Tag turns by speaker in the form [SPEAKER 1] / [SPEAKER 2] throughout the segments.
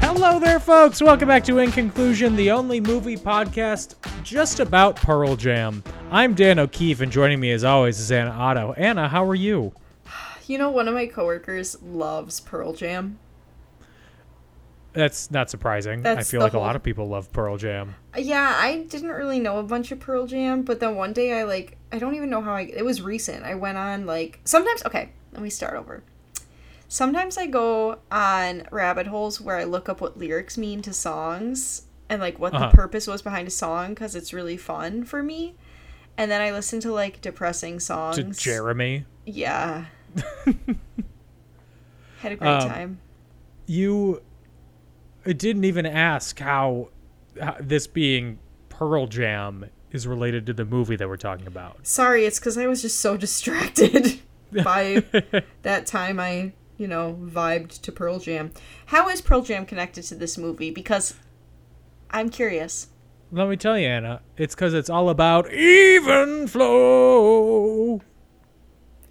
[SPEAKER 1] Hello there, folks. Welcome back to In Conclusion, the only movie podcast just about Pearl Jam. I'm Dan O'Keefe, and joining me as always is Anna Otto. Anna, how are you?
[SPEAKER 2] You know, one of my coworkers loves Pearl Jam.
[SPEAKER 1] That's not surprising. I
[SPEAKER 2] That's
[SPEAKER 1] feel
[SPEAKER 2] the
[SPEAKER 1] like a
[SPEAKER 2] whole-
[SPEAKER 1] lot of people love Pearl Jam.
[SPEAKER 2] Yeah, I didn't really know a bunch of Pearl Jam, but then one day I like I don't even know how I it was recent. I went on like sometimes okay, let me start over. Sometimes I go on rabbit holes where I look up what lyrics mean to songs and like what
[SPEAKER 1] Uh-huh.
[SPEAKER 2] the purpose was behind a song cuz it's really fun for me. And then I listen to like depressing songs.
[SPEAKER 1] To Jeremy,
[SPEAKER 2] Yeah. Had a great
[SPEAKER 1] Um,
[SPEAKER 2] time.
[SPEAKER 1] you didn't even ask how, how this being Pearl Jam is related to the movie that we're talking about.
[SPEAKER 2] Sorry, it's because I was just so distracted by that time I, you know, vibed to Pearl Jam. How is Pearl Jam connected to this movie? Because I'm curious.
[SPEAKER 1] Let me tell you, Anna, it's because it's all about even flow.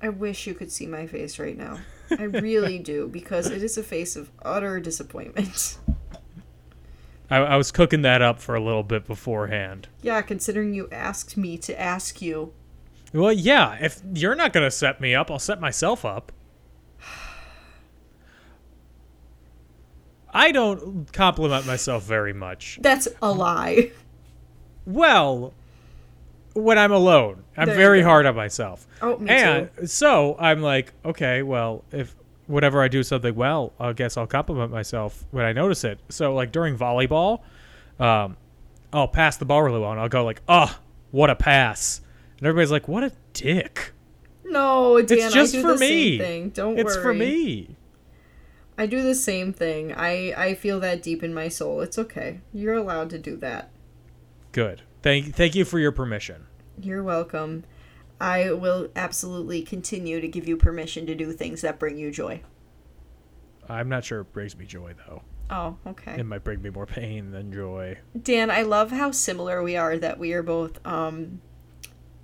[SPEAKER 2] I wish you could see my face right now. I really do, because it is a face of utter disappointment.
[SPEAKER 1] I, I was cooking that up for a little bit beforehand.
[SPEAKER 2] Yeah, considering you asked me to ask you.
[SPEAKER 1] Well, yeah, if you're not going to set me up, I'll set myself up. I don't compliment myself very much.
[SPEAKER 2] That's a lie.
[SPEAKER 1] Well, when I'm alone, I'm
[SPEAKER 2] There you
[SPEAKER 1] very
[SPEAKER 2] go.
[SPEAKER 1] hard on myself.
[SPEAKER 2] Oh, me
[SPEAKER 1] and
[SPEAKER 2] too.
[SPEAKER 1] so I'm like, okay, well, if whenever I do something well, I guess I'll compliment myself when I notice it. So like during volleyball, um, I'll pass the ball really well, and I'll go like, oh, what a pass, and everybody's like, what a dick.
[SPEAKER 2] No, Dan,
[SPEAKER 1] it's just
[SPEAKER 2] I do
[SPEAKER 1] for
[SPEAKER 2] the
[SPEAKER 1] me.
[SPEAKER 2] same thing. Don't worry.
[SPEAKER 1] it's for me.
[SPEAKER 2] I do the same thing. I I feel that deep in my soul. It's okay. You're allowed to do that.
[SPEAKER 1] Good. Thank thank you for your permission.
[SPEAKER 2] You're welcome. I will absolutely continue to give you permission to do things that bring you joy.
[SPEAKER 1] I'm not sure it brings me joy though.
[SPEAKER 2] Oh, okay.
[SPEAKER 1] It might bring me more pain than joy.
[SPEAKER 2] Dan, I love how similar we are that we are both um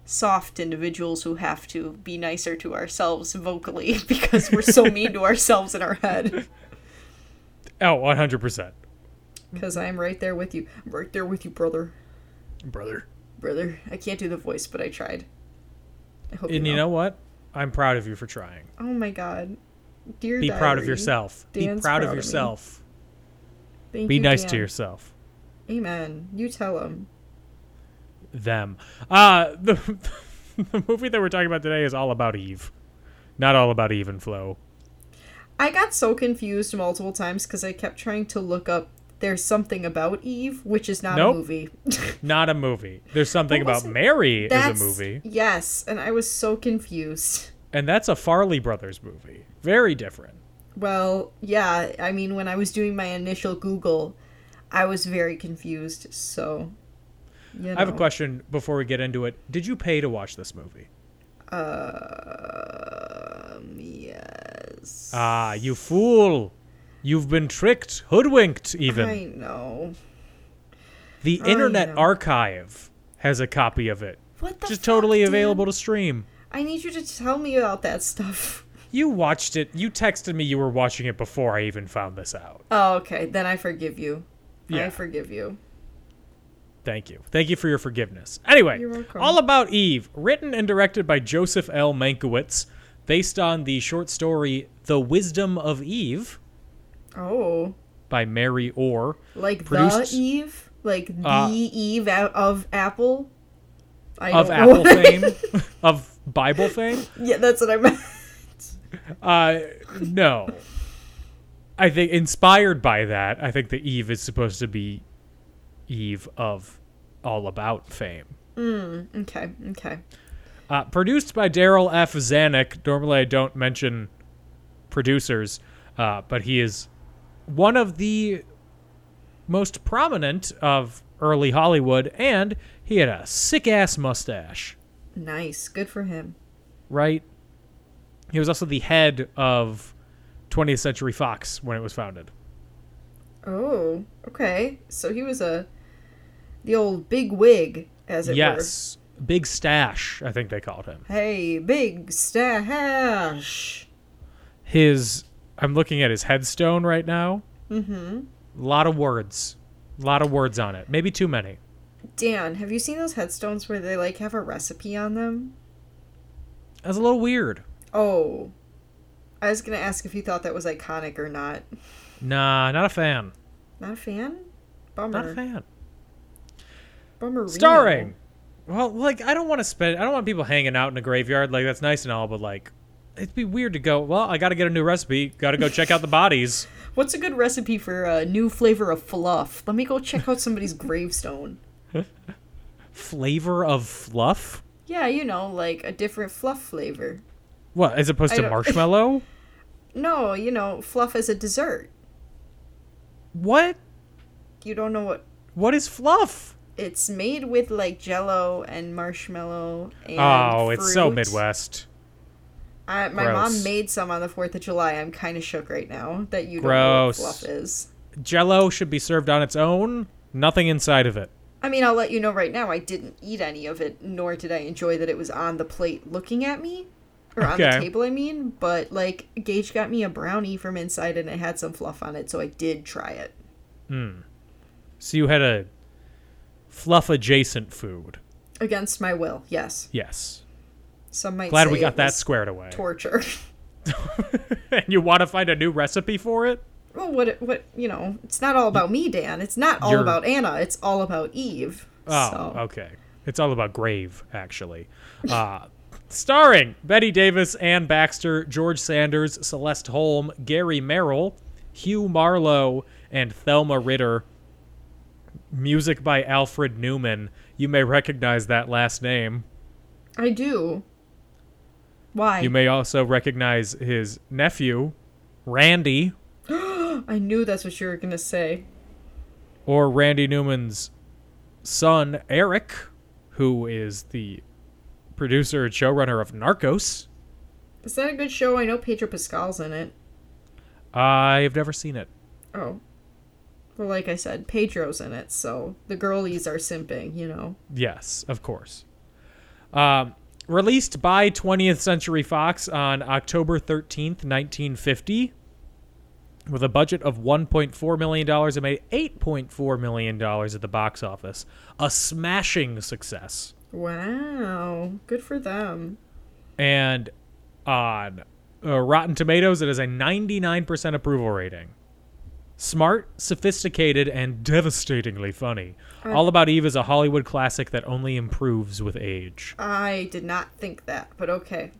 [SPEAKER 2] soft individuals who have to be nicer to ourselves vocally because we're so mean to ourselves in our head.
[SPEAKER 1] Oh, 100 percent,
[SPEAKER 2] Cuz I'm right there with you. I'm right there with you, brother.
[SPEAKER 1] brother.
[SPEAKER 2] Brother. I can't do the voice, but I tried. I hope
[SPEAKER 1] And you know what? I'm proud of you for trying.
[SPEAKER 2] Oh my god. Dear
[SPEAKER 1] Be proud of
[SPEAKER 2] diary.
[SPEAKER 1] yourself. Be
[SPEAKER 2] Dan's
[SPEAKER 1] proud,
[SPEAKER 2] proud of
[SPEAKER 1] of
[SPEAKER 2] me.
[SPEAKER 1] yourself.
[SPEAKER 2] Thank
[SPEAKER 1] Be
[SPEAKER 2] you,
[SPEAKER 1] nice to
[SPEAKER 2] Dan.
[SPEAKER 1] yourself.
[SPEAKER 2] Amen. You tell him.
[SPEAKER 1] Them. Uh the, the movie that we're talking about today is all about Eve. Not all about Eve and Flo.
[SPEAKER 2] I got so confused multiple times because I kept trying to look up there's something about Eve, which is not
[SPEAKER 1] Nope.
[SPEAKER 2] a movie.
[SPEAKER 1] Not a movie. There's something
[SPEAKER 2] What was
[SPEAKER 1] about
[SPEAKER 2] it?
[SPEAKER 1] Mary is a movie.
[SPEAKER 2] Yes, and I was so confused.
[SPEAKER 1] And that's a Farley Brothers movie. Very different.
[SPEAKER 2] Well, yeah, I mean when I was doing my initial Google, I was very confused, so you
[SPEAKER 1] I have a
[SPEAKER 2] know.
[SPEAKER 1] question before we get into it. Did you pay to watch this movie?
[SPEAKER 2] Um, yes.
[SPEAKER 1] Ah, you fool. You've been tricked, hoodwinked even.
[SPEAKER 2] I know.
[SPEAKER 1] The Internet
[SPEAKER 2] know.
[SPEAKER 1] Archive has a copy of it.
[SPEAKER 2] What the
[SPEAKER 1] Just
[SPEAKER 2] fuck,
[SPEAKER 1] totally
[SPEAKER 2] Dan?
[SPEAKER 1] available to stream.
[SPEAKER 2] I need you to tell me about that stuff.
[SPEAKER 1] You watched it. You texted me you were watching it before I even found this out.
[SPEAKER 2] Oh, okay. Then I forgive you.
[SPEAKER 1] Yeah.
[SPEAKER 2] I forgive you.
[SPEAKER 1] Thank you. Thank you for your forgiveness. Anyway,
[SPEAKER 2] You're welcome.
[SPEAKER 1] All About Eve, written and directed by Joseph L. Mankiewicz, based on the short story The Wisdom of Eve
[SPEAKER 2] Oh.
[SPEAKER 1] by Mary Orr.
[SPEAKER 2] Like
[SPEAKER 1] Produced-
[SPEAKER 2] the Eve? Like the
[SPEAKER 1] Uh,
[SPEAKER 2] Eve out of Apple? I
[SPEAKER 1] Of
[SPEAKER 2] don't know
[SPEAKER 1] Apple
[SPEAKER 2] what that
[SPEAKER 1] fame,
[SPEAKER 2] is.
[SPEAKER 1] of Bible fame?
[SPEAKER 2] yeah, that's what I meant.
[SPEAKER 1] Uh, no. I think inspired by that, I think the Eve is supposed to be Eve of All About fame.
[SPEAKER 2] Okay, okay.
[SPEAKER 1] Uh, produced by Daryl F. Zanuck. Normally, I don't mention producers, uh, but he is one of the most prominent of early Hollywood, and he had a sick ass mustache,
[SPEAKER 2] Nice. Good for him.
[SPEAKER 1] right? He was also the head of 20th Century Fox when it was founded.
[SPEAKER 2] Oh, okay. So he was a the old big wig, as it
[SPEAKER 1] yes, Big Stash, I think they called him.
[SPEAKER 2] were. Hey, big stash.
[SPEAKER 1] His, I'm looking at his headstone right now. Mm-hmm. A lot of words, a lot of words on it. Maybe too many.
[SPEAKER 2] Dan, have you seen those headstones where they like have a recipe on them?
[SPEAKER 1] That's a little weird.
[SPEAKER 2] Oh. I was gonna ask if you thought that was iconic or not.
[SPEAKER 1] Nah, not a fan.
[SPEAKER 2] Not a fan? Bummer.
[SPEAKER 1] Not a fan.
[SPEAKER 2] Bummer.
[SPEAKER 1] starring. Well, like I don't want to spend. I don't want people hanging out in a graveyard. Like that's nice and all, but like it'd be weird to go. Well, I got to get a new recipe. Got to go check out the bodies.
[SPEAKER 2] What's a good recipe for a new flavor of fluff? Let me go check out somebody's gravestone.
[SPEAKER 1] Flavor of fluff.
[SPEAKER 2] Yeah, you know, like a different fluff flavor.
[SPEAKER 1] What as opposed
[SPEAKER 2] I
[SPEAKER 1] to
[SPEAKER 2] don't-
[SPEAKER 1] marshmallow?
[SPEAKER 2] No, you know, fluff as a dessert.
[SPEAKER 1] what?
[SPEAKER 2] You don't know what
[SPEAKER 1] What is fluff?
[SPEAKER 2] it's made with like jello and marshmallow and
[SPEAKER 1] oh, it's so
[SPEAKER 2] fruit.
[SPEAKER 1] Midwest.
[SPEAKER 2] I, my
[SPEAKER 1] Gross.
[SPEAKER 2] mom made some on the 4th of July. I'm kind of shook right now that you
[SPEAKER 1] Gross.
[SPEAKER 2] don't know what fluff is.
[SPEAKER 1] Jello should be served on its own. Nothing inside of it.
[SPEAKER 2] I mean, I'll let you know right now I didn't eat any of it, nor did I enjoy that it was on the plate looking at me. Or on
[SPEAKER 1] Okay.
[SPEAKER 2] the table, I mean. But, like, Gage got me a brownie from inside and it had some fluff on it, so I did try it.
[SPEAKER 1] So you had a fluff adjacent food.
[SPEAKER 2] Against my will, yes.
[SPEAKER 1] Yes.
[SPEAKER 2] Some might
[SPEAKER 1] Glad
[SPEAKER 2] say
[SPEAKER 1] we got
[SPEAKER 2] it
[SPEAKER 1] that
[SPEAKER 2] was
[SPEAKER 1] squared away.
[SPEAKER 2] torture.
[SPEAKER 1] and you want to find a new recipe for it?
[SPEAKER 2] well, what, what, you know, it's not all about me, Dan. It's not all
[SPEAKER 1] You're-
[SPEAKER 2] about Anna. It's all about Eve.
[SPEAKER 1] Oh,
[SPEAKER 2] so.
[SPEAKER 1] okay. It's all about Grave, actually. Uh, starring Betty Davis, Ann Baxter, George Sanders, Celeste Holm, Gary Merrill, Hugh Marlowe, and Thelma Ritter. Music by Alfred Newman. You may recognize that last name.
[SPEAKER 2] I do. Why?
[SPEAKER 1] You may also recognize his nephew, Randy,
[SPEAKER 2] I knew that's what you were going to say.
[SPEAKER 1] or Randy Newman's son, Eric, who is the producer and showrunner of Narcos.
[SPEAKER 2] Is that a good show? I know Pedro Pascal's in it.
[SPEAKER 1] I've never seen it.
[SPEAKER 2] Oh. Well, like I said, Pedro's in it, so the girlies are simping, you know.
[SPEAKER 1] Yes, of course. Um, released by 20th Century Fox on October 13th, 1950, with a budget of $1.4 million, it made $8.4 million at the box office. A smashing success.
[SPEAKER 2] Wow. Good for them.
[SPEAKER 1] And on uh, Rotten Tomatoes, it has a 99% approval rating. Smart, sophisticated, and devastatingly funny. All About Eve is a Hollywood classic that only improves with age.
[SPEAKER 2] I did not think that, but okay.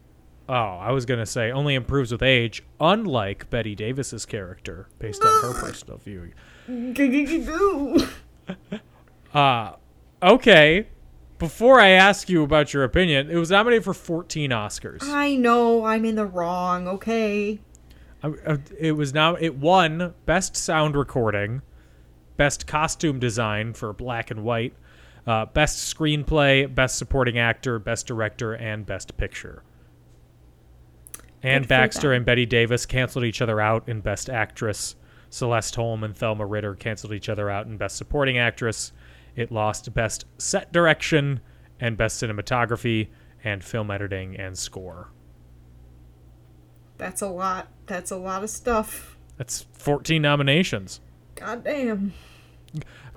[SPEAKER 1] Oh, I was gonna say only improves with age, unlike Betty Davis's character, based on her personal view.
[SPEAKER 2] Goo-goo-goo-goo.
[SPEAKER 1] Okay, before I ask you about your opinion, it was nominated for 14 Oscars.
[SPEAKER 2] I know I'm in the wrong, okay?
[SPEAKER 1] I- I- It was now it won Best Sound Recording, Best Costume Design for Black and White, uh, Best Screenplay, Best Supporting Actor, Best Director, and Best Picture. And
[SPEAKER 2] Good for
[SPEAKER 1] Baxter
[SPEAKER 2] them.
[SPEAKER 1] and Betty Davis canceled each other out in Best Actress. Celeste Holm and Thelma Ritter canceled each other out in Best Supporting Actress. It lost Best Set Direction and Best Cinematography and Film Editing and Score.
[SPEAKER 2] That's a lot. That's a lot of stuff.
[SPEAKER 1] That's 14 nominations.
[SPEAKER 2] God damn.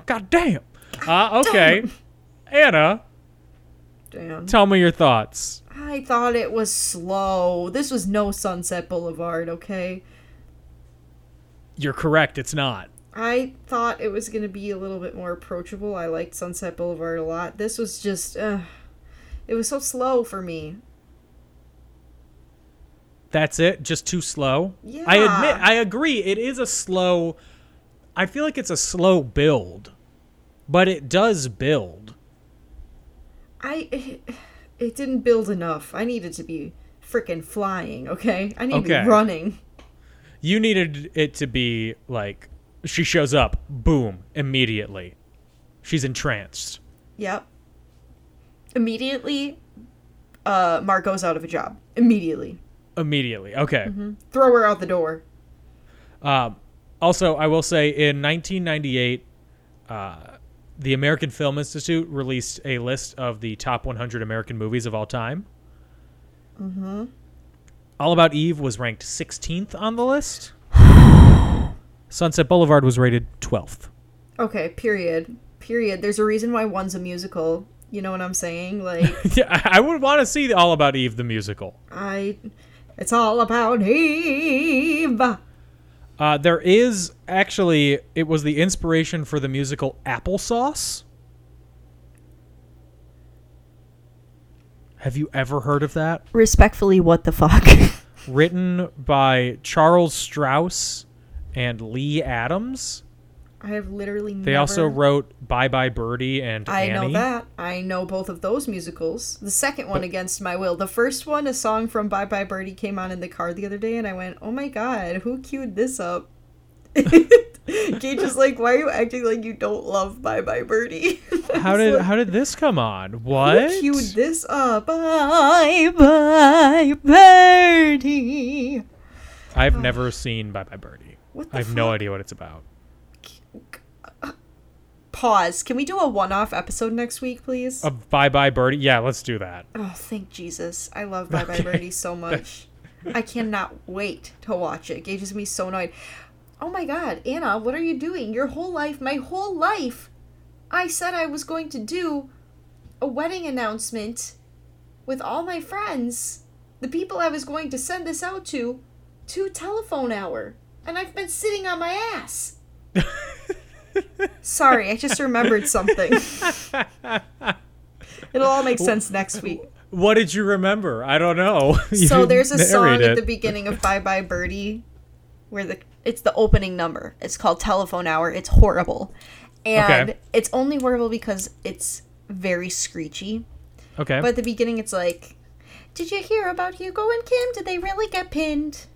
[SPEAKER 1] God damn. Uh, okay. Anna,
[SPEAKER 2] Damn.
[SPEAKER 1] tell me your thoughts.
[SPEAKER 2] I thought it was slow. This was no Sunset Boulevard, okay?
[SPEAKER 1] You're correct. It's not.
[SPEAKER 2] I thought it was going to be a little bit more approachable. I liked Sunset Boulevard a lot. This was just, uh, it was so slow for me.
[SPEAKER 1] That's it. Just too slow. I admit,
[SPEAKER 2] Yeah.
[SPEAKER 1] I agree. It is a slow. I feel like it's a slow build, but it does build.
[SPEAKER 2] I, it, it didn't build enough. I needed to be freaking flying, okay? I need to
[SPEAKER 1] Okay.
[SPEAKER 2] be running.
[SPEAKER 1] You needed it to be like She shows up, boom, immediately. She's entranced.
[SPEAKER 2] Yep. Immediately, uh, Marco's out of a job. Immediately.
[SPEAKER 1] Immediately. Okay.
[SPEAKER 2] Throw her out the door.
[SPEAKER 1] Also, I will say in 1998, uh, the American Film Institute released a list of the top 100 American movies of all time. Mm-hmm. All About Eve was ranked 16th on the list. Sunset Boulevard was rated 12th.
[SPEAKER 2] Okay, period. Period. There's a reason why one's a musical. You know what I'm saying? Like,
[SPEAKER 1] Yeah, I I would want to see All About Eve the musical.
[SPEAKER 2] I. It's all about Eve.
[SPEAKER 1] Uh, there is actually it was the inspiration for the musical Applesauce. Have you ever heard of that?
[SPEAKER 2] Respectfully, what the fuck?
[SPEAKER 1] Written by Charles Strauss and Lee Adams.
[SPEAKER 2] I have literally
[SPEAKER 1] They also wrote Bye Bye Birdie and
[SPEAKER 2] I
[SPEAKER 1] Annie.
[SPEAKER 2] know that. I know both of those musicals. The second one, Against My Will. The first one, a song from Bye Bye Birdie, came on in the car the other day, and I went, oh my god, who queued this up? Gage is like, why are you acting like you don't love Bye Bye Birdie?
[SPEAKER 1] How did how did this come on? What?
[SPEAKER 2] Who queued this up? Bye Bye Birdie.
[SPEAKER 1] I've never seen Bye Bye Birdie.
[SPEAKER 2] What Oh. the
[SPEAKER 1] I have
[SPEAKER 2] fuck?
[SPEAKER 1] no idea what it's about.
[SPEAKER 2] Pause. Can we do a one off episode next week, please?
[SPEAKER 1] A Bye Bye Birdie. Yeah, let's do that.
[SPEAKER 2] Oh, thank Jesus. I love Bye Bye Birdie so much. I cannot wait to watch it. Gage is gonna be so annoyed. Oh my god, Anna, what are you doing? Your whole life, my whole life, I said I was going to do a wedding announcement with all my friends, the people I was going to send this out to, to telephone hour. And I've been sitting on my ass. Sorry, I just remembered something. It'll all make sense next week
[SPEAKER 1] What did you remember? I don't know.
[SPEAKER 2] so
[SPEAKER 1] You
[SPEAKER 2] there's a song
[SPEAKER 1] narrate
[SPEAKER 2] at the
[SPEAKER 1] it.
[SPEAKER 2] beginning of Bye Bye Birdie where the it's the opening number. It's called Telephone Hour. It's horrible. And
[SPEAKER 1] Okay.
[SPEAKER 2] it's only horrible because it's very screechy.
[SPEAKER 1] Okay.
[SPEAKER 2] But at the beginning it's like Did you hear about Hugo and Kim? Did they really get pinned?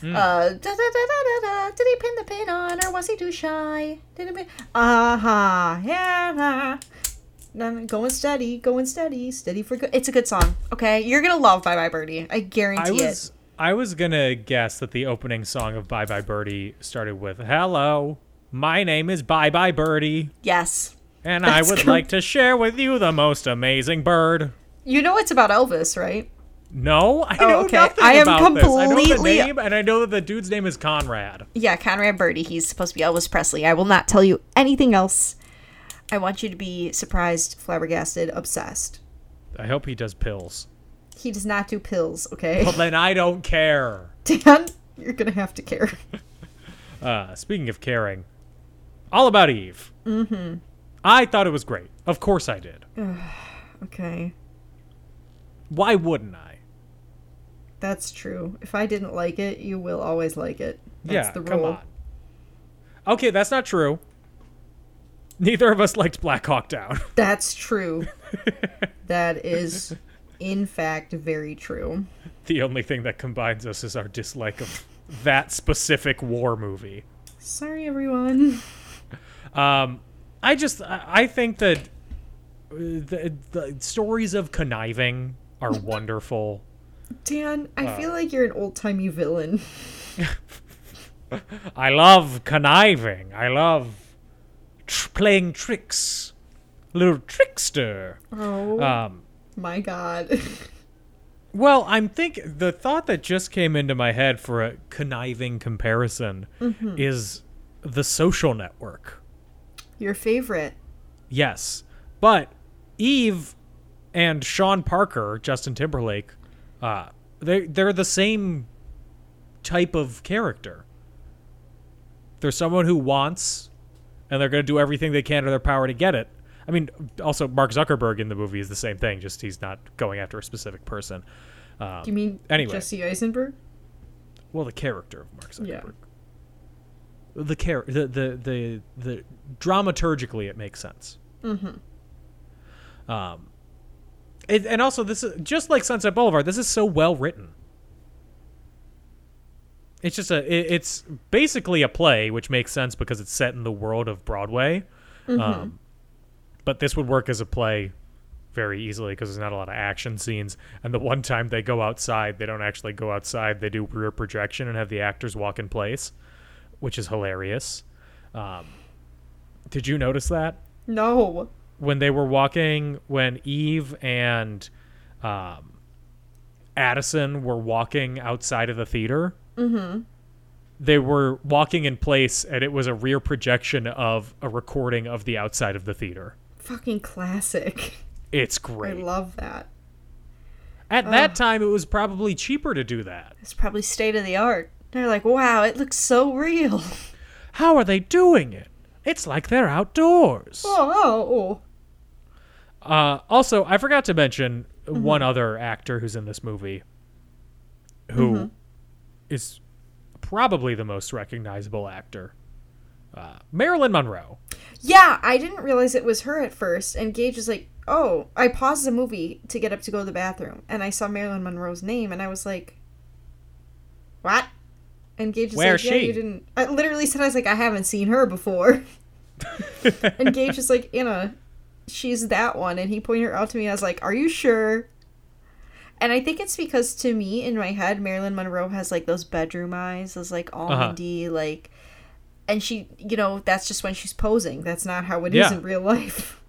[SPEAKER 1] Hmm.
[SPEAKER 2] Uh, da, da, da, da, da, da. Did he pin the pin on, or was he too shy? Did he pin? Aha, yeah. nah. No, no, Going steady, going steady, steady for good. It's a good song. Okay, you're gonna love "Bye Bye Birdie." I
[SPEAKER 1] I
[SPEAKER 2] guarantee
[SPEAKER 1] was I was gonna guess that the opening song of Bye Bye Birdie started with "Hello, my name is Bye Bye Birdie,
[SPEAKER 2] it. Yes,
[SPEAKER 1] and
[SPEAKER 2] That's
[SPEAKER 1] I would
[SPEAKER 2] cor-
[SPEAKER 1] like to share with you the most amazing bird."
[SPEAKER 2] you know it's about Elvis, right?
[SPEAKER 1] No, I know
[SPEAKER 2] Oh, okay.
[SPEAKER 1] nothing
[SPEAKER 2] I am
[SPEAKER 1] about this. I know the
[SPEAKER 2] completely-
[SPEAKER 1] name, and I know that the dude's name is Conrad.
[SPEAKER 2] Yeah, Conrad Birdie. He's supposed to be Elvis Presley. I will not tell you anything else. I want you to be surprised, flabbergasted, obsessed.
[SPEAKER 1] I hope he does pills.
[SPEAKER 2] He does not do pills. Okay,
[SPEAKER 1] Well, then I don't care.
[SPEAKER 2] Dan, you're gonna have to care.
[SPEAKER 1] Uh, speaking of caring, all about Eve. Mm-hmm. I thought it was great. Of course I did.
[SPEAKER 2] Okay.
[SPEAKER 1] Why wouldn't I?
[SPEAKER 2] That's true. If I didn't like it, you will always like it. That's
[SPEAKER 1] yeah,
[SPEAKER 2] the rule.
[SPEAKER 1] come on. Okay, that's not true. Neither of us liked Black Hawk Down.
[SPEAKER 2] That's true. that is, in fact, very true.
[SPEAKER 1] the only thing that combines us is our dislike of that specific war movie.
[SPEAKER 2] Sorry, everyone.
[SPEAKER 1] Um, I just, I I think that uh, the, the stories of conniving are wonderful.
[SPEAKER 2] Dan, I
[SPEAKER 1] Uh.
[SPEAKER 2] feel like you're an old timey villain.
[SPEAKER 1] I love conniving. I love tr- playing tricks. Little trickster.
[SPEAKER 2] Oh
[SPEAKER 1] Um,
[SPEAKER 2] my god.
[SPEAKER 1] Well, I'm think the thought that just came into my head for a conniving comparison is the social network.
[SPEAKER 2] Your favorite.
[SPEAKER 1] Yes. But Eve and Sean Parker, Justin Timberlake, uh, they they're the same type of character. They're someone who wants and they're going to do everything they can to their power to get it. I mean, also Mark Zuckerberg in the movie is the same thing, just he's not going after a specific person.
[SPEAKER 2] You mean
[SPEAKER 1] Um, Anyway.
[SPEAKER 2] Jesse Eisenberg?
[SPEAKER 1] Well, the character of Mark
[SPEAKER 2] Yeah.
[SPEAKER 1] Zuckerberg. The char- the, the the the dramaturgically it makes sense. Mm-hmm. Um, it, and also this is just like Sunset Boulevard. This is so well written. it's just a it, it's basically a play which makes sense because it's set in the world of broadway um, but this would work as a play very easily because there's not a lot of action scenes and the one time they go outside they don't actually go outside they do rear projection and have the actors walk in place which is hilarious um, did you notice that
[SPEAKER 2] No.
[SPEAKER 1] when they were walking when Eve and um, Addison were walking outside of the theater. Mm-hmm. They were walking in place, and it was a rear projection of a recording of the outside of the theater.
[SPEAKER 2] Fucking classic.
[SPEAKER 1] It's
[SPEAKER 2] I
[SPEAKER 1] great.
[SPEAKER 2] love that.
[SPEAKER 1] At that time, it was probably cheaper to do that.
[SPEAKER 2] It's probably state of the art. They're like, wow, it looks so real.
[SPEAKER 1] How are they doing it? It's like they're outdoors.
[SPEAKER 2] Oh.
[SPEAKER 1] Uh, also, I forgot to mention one other actor who's in this movie, who is probably the most recognizable actor, uh, Marilyn Monroe.
[SPEAKER 2] Yeah, I didn't realize it was her at first. And Gage was like, oh, I paused the movie to get up to go to the bathroom. And I saw Marilyn Monroe's name and I was like, what? And Gage was
[SPEAKER 1] Where's
[SPEAKER 2] like, yeah,
[SPEAKER 1] she?
[SPEAKER 2] you didn't. I literally said, I was like, I haven't seen her before. and Gage was like, Anna, she's that one. And he pointed her out to me. I was like, are you sure? And I think it's because to me, in my head, Marilyn Monroe has like those bedroom eyes, those like
[SPEAKER 1] Uh-huh.
[SPEAKER 2] almondy, like and she you know that's just when she's posing that's not how it is
[SPEAKER 1] Yeah.
[SPEAKER 2] in real life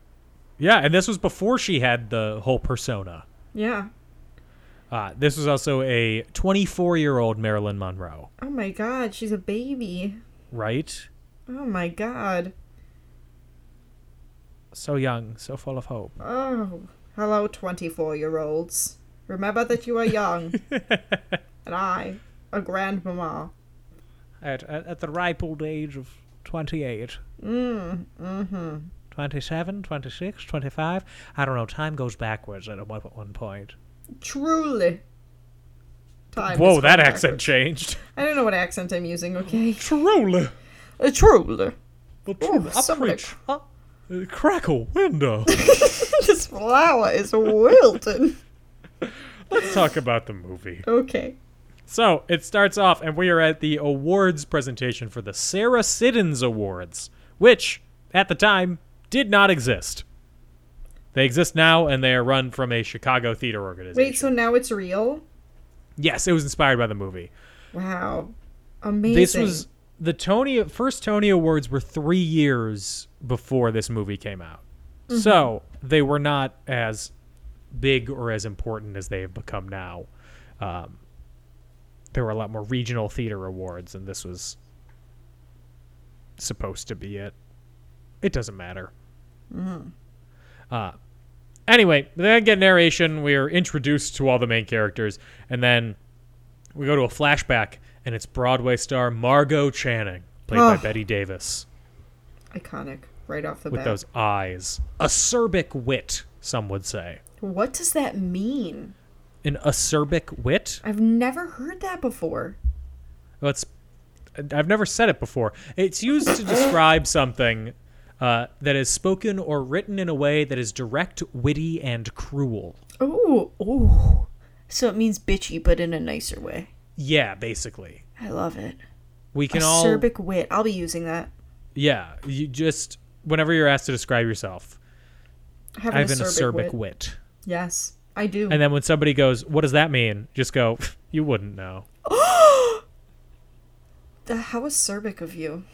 [SPEAKER 1] Yeah, and this was before she had the whole persona.
[SPEAKER 2] yeah
[SPEAKER 1] Uh, this was also a 24 year old Marilyn Monroe,
[SPEAKER 2] oh my god she's a baby
[SPEAKER 1] right?
[SPEAKER 2] oh my god
[SPEAKER 1] So young, so full of hope.
[SPEAKER 2] oh hello 24 year olds remember that you are young and i a grandmama
[SPEAKER 1] At, at, at the ripe old age of 28. Mm, mm-hmm.
[SPEAKER 2] mm-hmm.
[SPEAKER 1] 27, 26, 25. I don't know, time goes backwards at one, one point.
[SPEAKER 2] truly Time
[SPEAKER 1] Whoa,
[SPEAKER 2] is
[SPEAKER 1] that
[SPEAKER 2] going
[SPEAKER 1] accent
[SPEAKER 2] backwards.
[SPEAKER 1] changed.
[SPEAKER 2] i don't know what accent i'm using okay
[SPEAKER 1] Truly,
[SPEAKER 2] uh, truly
[SPEAKER 1] the
[SPEAKER 2] truth I somebody preach.
[SPEAKER 1] crackle Uh, window.
[SPEAKER 2] this flower is wilted
[SPEAKER 1] Let's talk about the movie.
[SPEAKER 2] okay
[SPEAKER 1] So it starts off, and we are at the awards presentation for the Sarah Siddons Awards, which at the time did not exist. They exist now, and they are run from a Chicago theater organization.
[SPEAKER 2] wait so now it's real
[SPEAKER 1] yes, it was inspired by the movie.
[SPEAKER 2] wow amazing
[SPEAKER 1] This was the Tony first Tony Awards were three years before this movie came out, so they were not as big or as important as they have become now. Um, there were a lot more regional theater awards, and this was supposed to be it. It doesn't matter. Uh, anyway, then get narration. We are introduced to all the main characters, and then we go to a flashback, and it's Broadway star Margot Channing, played by
[SPEAKER 2] Ugh.
[SPEAKER 1] Betty Davis,
[SPEAKER 2] iconic right off the
[SPEAKER 1] with
[SPEAKER 2] bat.
[SPEAKER 1] those eyes. Acerbic wit, some would say.
[SPEAKER 2] What does that mean?
[SPEAKER 1] An acerbic wit?
[SPEAKER 2] I've never heard that before.
[SPEAKER 1] Well, it's, I've never said it before. It's used to describe something uh, that is spoken or written in a way that is direct, witty, and cruel.
[SPEAKER 2] Oh, oh. So it means bitchy, but in a nicer way.
[SPEAKER 1] Yeah, basically.
[SPEAKER 2] I love it.
[SPEAKER 1] We can all
[SPEAKER 2] Acerbic wit. I'll be using that.
[SPEAKER 1] Yeah, you just whenever you're asked to describe yourself,
[SPEAKER 2] I have
[SPEAKER 1] I
[SPEAKER 2] an
[SPEAKER 1] have an
[SPEAKER 2] acerbic,
[SPEAKER 1] acerbic
[SPEAKER 2] wit.
[SPEAKER 1] wit.
[SPEAKER 2] Yes, I do.
[SPEAKER 1] And then when somebody goes, "What does that mean?" Just go, "You wouldn't know."
[SPEAKER 2] the, how acerbic of you.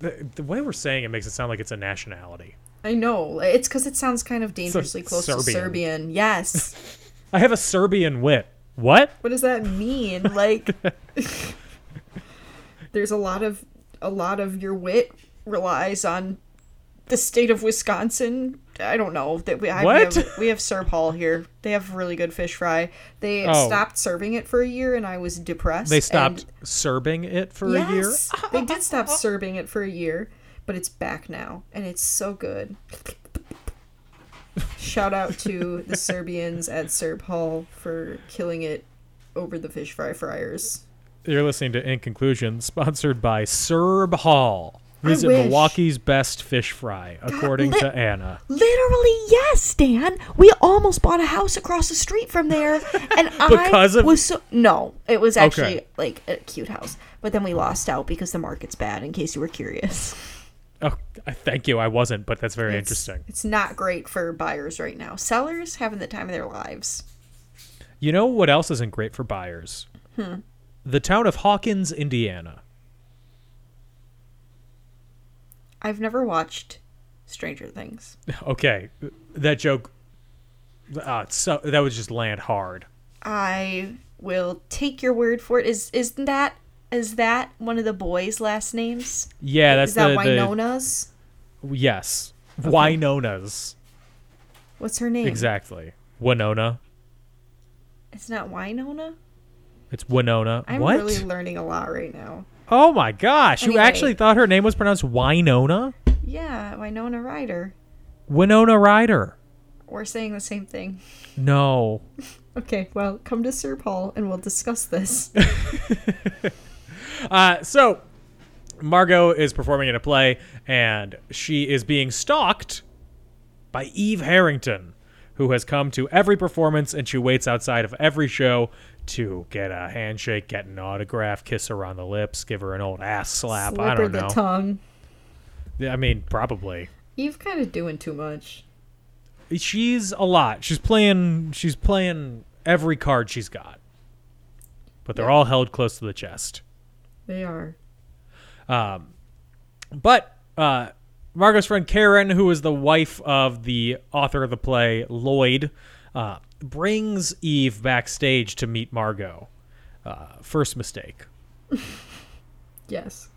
[SPEAKER 1] The, the way we're saying it makes it sound like it's a nationality.
[SPEAKER 2] I know. It's because it sounds kind of dangerously close to
[SPEAKER 1] Serbian.
[SPEAKER 2] Serbian. Yes.
[SPEAKER 1] I have a Serbian wit. What?
[SPEAKER 2] what does that mean? Like, there's a lot of a lot of your wit relies on the state of Wisconsin. I don't know that we I,
[SPEAKER 1] What?
[SPEAKER 2] we have, we have Serb Hall here. They have really good fish fry. They
[SPEAKER 1] Oh.
[SPEAKER 2] stopped serving it for a year, and I was depressed.
[SPEAKER 1] They
[SPEAKER 2] and-
[SPEAKER 1] stopped serving it for a year.
[SPEAKER 2] Yes, they did stop serving it for a year, but it's back now, and it's so good. Shout out to the Serbians at Serb Hall for killing it over the fish fry fryers.
[SPEAKER 1] You're listening to In Conclusion, sponsored by Serb Hall. is
[SPEAKER 2] wish.
[SPEAKER 1] Milwaukee's best fish fry, according
[SPEAKER 2] li-
[SPEAKER 1] to Anna.
[SPEAKER 2] Literally, yes, Dan. We almost bought a house across the street from there, and
[SPEAKER 1] Because
[SPEAKER 2] I
[SPEAKER 1] of-
[SPEAKER 2] was so no. It was actually
[SPEAKER 1] Okay.
[SPEAKER 2] like a cute house, but then we lost out because the market's bad. In case you were curious,
[SPEAKER 1] Oh, I- thank you. I wasn't, but that's very interesting.
[SPEAKER 2] it's not great for buyers right now. Sellers having the time of their lives.
[SPEAKER 1] You know what else isn't great for buyers? The town of Hawkins, Indiana.
[SPEAKER 2] I've never watched Stranger Things.
[SPEAKER 1] Okay, that joke. Ah, it's so that was just land hard.
[SPEAKER 2] I will take your word for it. Is isn't that is that one of the boys' last names?
[SPEAKER 1] Yeah, that's
[SPEAKER 2] Is that
[SPEAKER 1] the, the-
[SPEAKER 2] Winona's?
[SPEAKER 1] yes, Winona's
[SPEAKER 2] What's her name?
[SPEAKER 1] exactly. Winona.
[SPEAKER 2] It's not Winona.
[SPEAKER 1] It's Winona.
[SPEAKER 2] I'm
[SPEAKER 1] what?
[SPEAKER 2] really learning a lot right now.
[SPEAKER 1] Oh my gosh! You
[SPEAKER 2] Anyway.
[SPEAKER 1] actually thought her name was pronounced Winona?
[SPEAKER 2] Yeah, Winona Ryder.
[SPEAKER 1] Winona Ryder.
[SPEAKER 2] We're saying the same thing.
[SPEAKER 1] No.
[SPEAKER 2] Okay, well, come to Sir Paul and we'll discuss this.
[SPEAKER 1] Uh, so, Margot is performing in a play, and she is being stalked by Eve Harrington, who has come to every performance and she waits outside of every show to get a handshake, get an autograph, kiss her on the lips, give her an old ass slap. I
[SPEAKER 2] Slipper
[SPEAKER 1] don't
[SPEAKER 2] the
[SPEAKER 1] know.
[SPEAKER 2] tongue.
[SPEAKER 1] Yeah, I mean, probably.
[SPEAKER 2] You've kind of doing too much.
[SPEAKER 1] She's a lot. She's playing. She's playing every card she's got, but they're all held close to the chest.
[SPEAKER 2] They are.
[SPEAKER 1] But uh, Margot's friend Karen, who is the wife of the author of the play, Lloyd, uh, brings Eve backstage to meet Margot. Uh, first mistake.
[SPEAKER 2] Yes.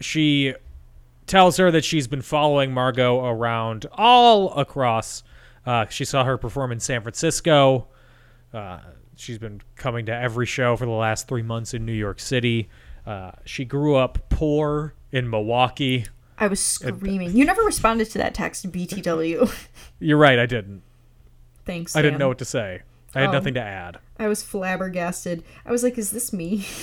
[SPEAKER 1] She tells her that she's been following Margot around all across. Uh, she saw her perform in San Francisco. Uh, she's been coming to every show for the last three months in New York City. Uh, she grew up poor in Milwaukee.
[SPEAKER 2] I was screaming. You never responded to that text, BTW.
[SPEAKER 1] You're right, I didn't.
[SPEAKER 2] Thanks.
[SPEAKER 1] I didn't
[SPEAKER 2] Sam.
[SPEAKER 1] know what to say. I had
[SPEAKER 2] Oh.
[SPEAKER 1] nothing to add.
[SPEAKER 2] I was flabbergasted. I was like, is this me?